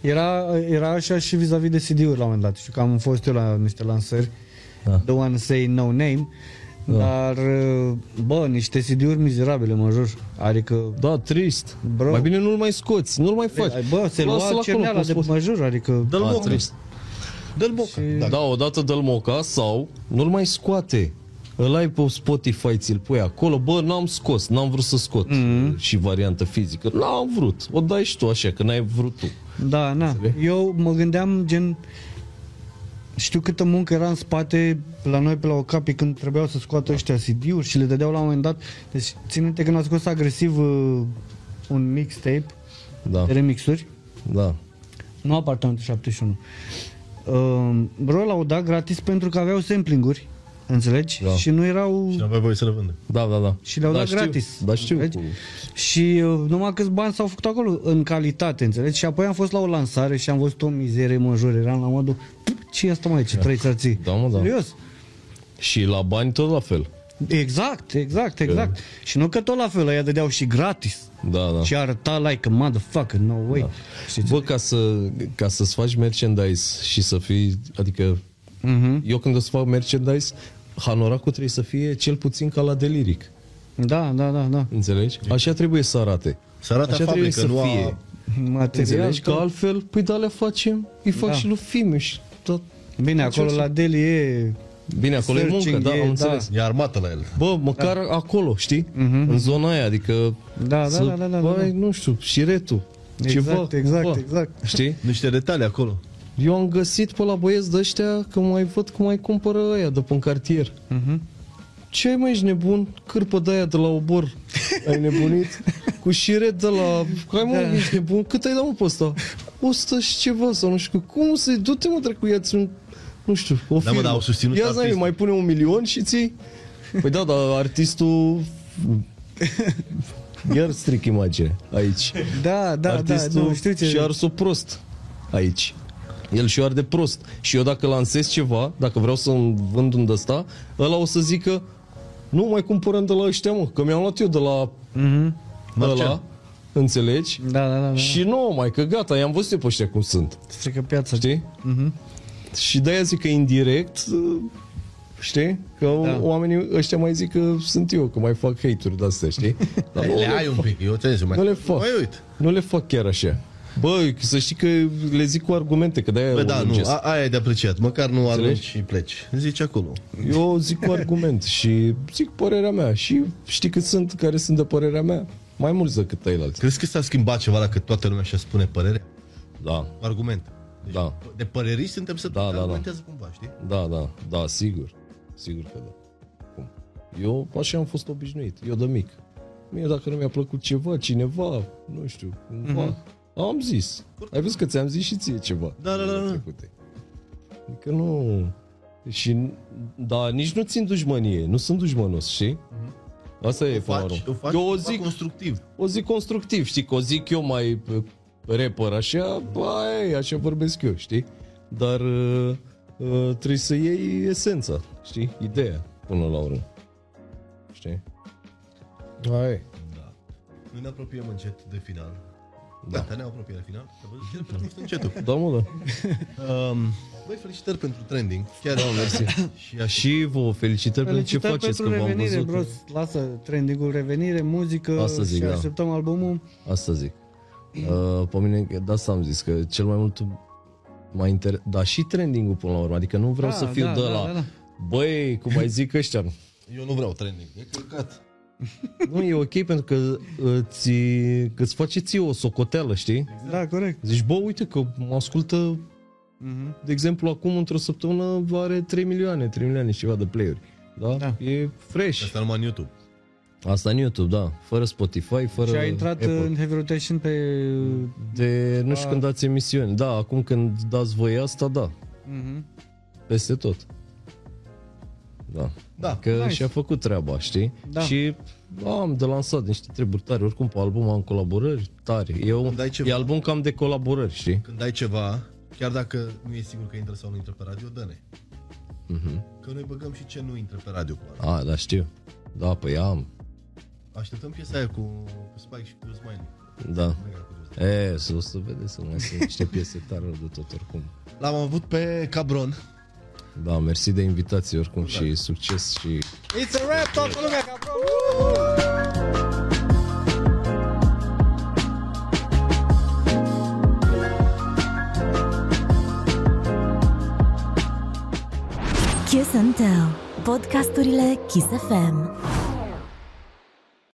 Era, era așa și vis-a-vis de CD-uri la un moment dat. Știu că am fost eu la niște lansări. Da. The One Say No Name. Da. Dar, bă, niște CD-uri mizerabile, mă jur. Adică, Da, trist. Bro. Păi, Bro. Mai bine nu-l mai scoți, nu-l mai faci. bă, se Lasă-l lua acolo, cerneala cum de spus. mă jur, adică... Dă-l Da, boca. trist. Dă-l boca. Da, Da. da odată dă-l moca sau nu-l mai scoate. Îl ai pe Spotify, ți-l pui acolo. Bă, n-am scos, n-am vrut să scot Mhm. mm-hmm. și variantă fizică. N-am vrut. O dai și tu așa, că n-ai vrut tu. Da, na. Eu mă gândeam, gen... Știu câtă muncă era în spate la noi pe la Ocapi când trebuiau să Da. scoată ăștia CD-uri și le dădeau la un moment dat. Deci, țin minte când a scos agresiv uh, un mixtape Da, de remixuri. da. Nu apartamentul 71. Uh, bro, l-au dat gratis pentru că aveau sampling-uri, înțelegi? Da. Și nu erau... Și n-avea voie să le vândă. Da, da, da. Și le-au da, dat știu, gratis. Da, știu. înțelegi? Cu... Și uh, numai câți bani s-au făcut acolo, în calitate, înțelegi? Și apoi am fost la o lansare și am văzut o mizerie, mă jur, eram la modul... "Pup, Ce e asta mai ce trei țărții? Da, mă, da. Serios? Și la bani tot la fel. Exact, exact, exact. Și nu că tot la fel, ăia dădeau și gratis. Da, da. Și arăta like a motherfucker, no way. Da. Știi? Bă, ca, să, ca să-ți faci merchandise și să fii, adică, Mhm. uh-huh. eu când o să fac merchandise, hanoracul trebuie să fie cel puțin ca la deliric. da, da, da, da. Înțelegi? Așa trebuie să arate. Exact. Să arate Așa a trebuie fabrică, nu să a- fie. Material Înțelegi? Că altfel, păi de alea facem, îi fac Da. da. și lui Fimiu și tot. Bine, Deci acolo o să- la Deli e... Bine, acolo e muncă, Searching da, e, am da. înțeles. E armată la el. Bă, măcar da. acolo, știi? Mm-hmm. În zona aia, adică... Mhm. Da, da, să- da, da, da, bă, da. nu știu, șiretul. Exact, ceva, exact, bă, exact. Știi? Niște detalii acolo. Eu am găsit pe la băieți de ăștia că mai văd cum mai cumpără ăia de pe cartier. Mhm. Ce ai mai ești nebun? Cârpă de aia de la obor. Ai nebunit? Cu șiret de la... Hai mă, da. ești nebun? Cât ai dat mă pe ăsta? 100 și ceva sau nu știu. Cum să Du-te mă dracu, ia-ți un... Nu știu, o firmă. Da, dar au susținut Ia artistul. mai pune un milion și ții... Păi da, dar artistul... Iar stric imagine aici Da, da, da, artistul nu, știu ce... și ars-o prost aici. El și-o arde prost. Și eu dacă lansez ceva, dacă vreau să-mi vând un dăsta, ăla o să zică nu mai cumpărăm de la ăștia, mă, că mi-am luat eu de la mm-hmm. ăla, Marcel. înțelegi? Mhm. Da, da, da, da. Și nu, mai că gata, i-am văzut eu pe ăștia cum sunt, Strică piața. știi? Mhm. Mm-hmm. Și de-aia zic că indirect, știi? Că Da. da. oamenii ăștia mai zic că sunt eu, că mai fac hate-uri de-astea, știi? Dar nu, Le ai un pic, eu ți mai. nu le fac. Mai uite. Nu le fac chiar așa. Bă, să știi că le zic cu argumente, că de-aia Bă, o da, nu, lungesc. a, aia e de apreciat. Măcar nu arunci Înțelegi? și pleci. Zici acolo. Eu zic cu argument și zic părerea mea. Și știi cât sunt care sunt de părerea mea? Mai mulți decât ceilalți. Crezi că s-a schimbat ceva dacă toată lumea și-a spune părere? Da, Cu Argumente. Deci, Da. De păreri suntem să Da, da, da. argumentează cumva, știi? da, da, da, sigur. Sigur că da. Cum? Eu așa am fost obișnuit, eu de mic. Mie dacă nu mi-a plăcut ceva, cineva, nu știu, cumva, am zis. Ai văzut că ți-am zis și ție ceva. Mhm. Da, da, da, da. Trecute. Adică nu... Și, da, nici nu țin dușmănie, nu sunt dușmănos, știi? Asta e Faci, faci, Mhm. o faci Eu o cumva zic, constructiv. o zic constructiv, știi, că o zic eu mai uh, rapper, așa, bai, așa vorbesc eu, știi? Dar uh, uh, trebuie să iei esența, știi? Ideea, până la urmă. Știi? Hai. Da. Noi ne apropiem încet de final. Da. Da. Gata, ne apropiem de final. Te văd, chiar pe gustul încetul. Da, mă, da. Um, băi, felicitări pentru trending. Chiar da, mersi. Și aș... Și vă felicitări, Felicitări pentru ce faceți, pentru că v-am revenire, văzut. bro. Lasă trending-ul, revenire, muzică Asta zic, și da. așteptăm albumul. Asta zic. Uh, pe mine, de asta am zis, că cel mai mult mai inter... Dar și trending-ul până la urmă, adică nu vreau Da, să fiu da, de da, la... da, da. Băi, cum mai zic ăștia, nu. Eu nu vreau trending. E căcat. Nu, e ok pentru că îți, că îți face ție o socoteală, știi? Da, corect. Zici, bă, uite că mă ascultă, Mhm. de exemplu, acum într-o săptămână are 3 milioane, 3 milioane și ceva de play-uri. Da? Da. E fresh. Asta. Asta numai în YouTube. în YouTube, da. Fără Spotify, fără Și a intrat Apple. în Heavy Rotation pe... De nu știu când dați emisiuni. Da, acum când dați voi asta, da. Mhm. Peste tot. Da. Da, Că nice. nice. și-a făcut treaba, știi? Da. Și am de lansat niște treburi tare. Oricum, pe album am colaborări tare. Eu, Când ai ceva- e album cam de colaborări, știi? Când ai ceva, chiar dacă nu e sigur că intră sau nu intră pe radio, dă-ne. Mhm. Uh-huh. Că noi băgăm și ce nu intră pe radio cu asta. A, da, știu. Da, păi am. Așteptăm piesa aia cu, cu Spike și cu Smiley. Da. Mega curios. E, să o să vedeți să mai sunt niște piese tare de tot oricum. L-am avut pe Cabron. Da, mersi de invitație oricum și succes și It's a rap, toată lumea, cabron! Kiss and Tell. Podcasturile Kiss FM.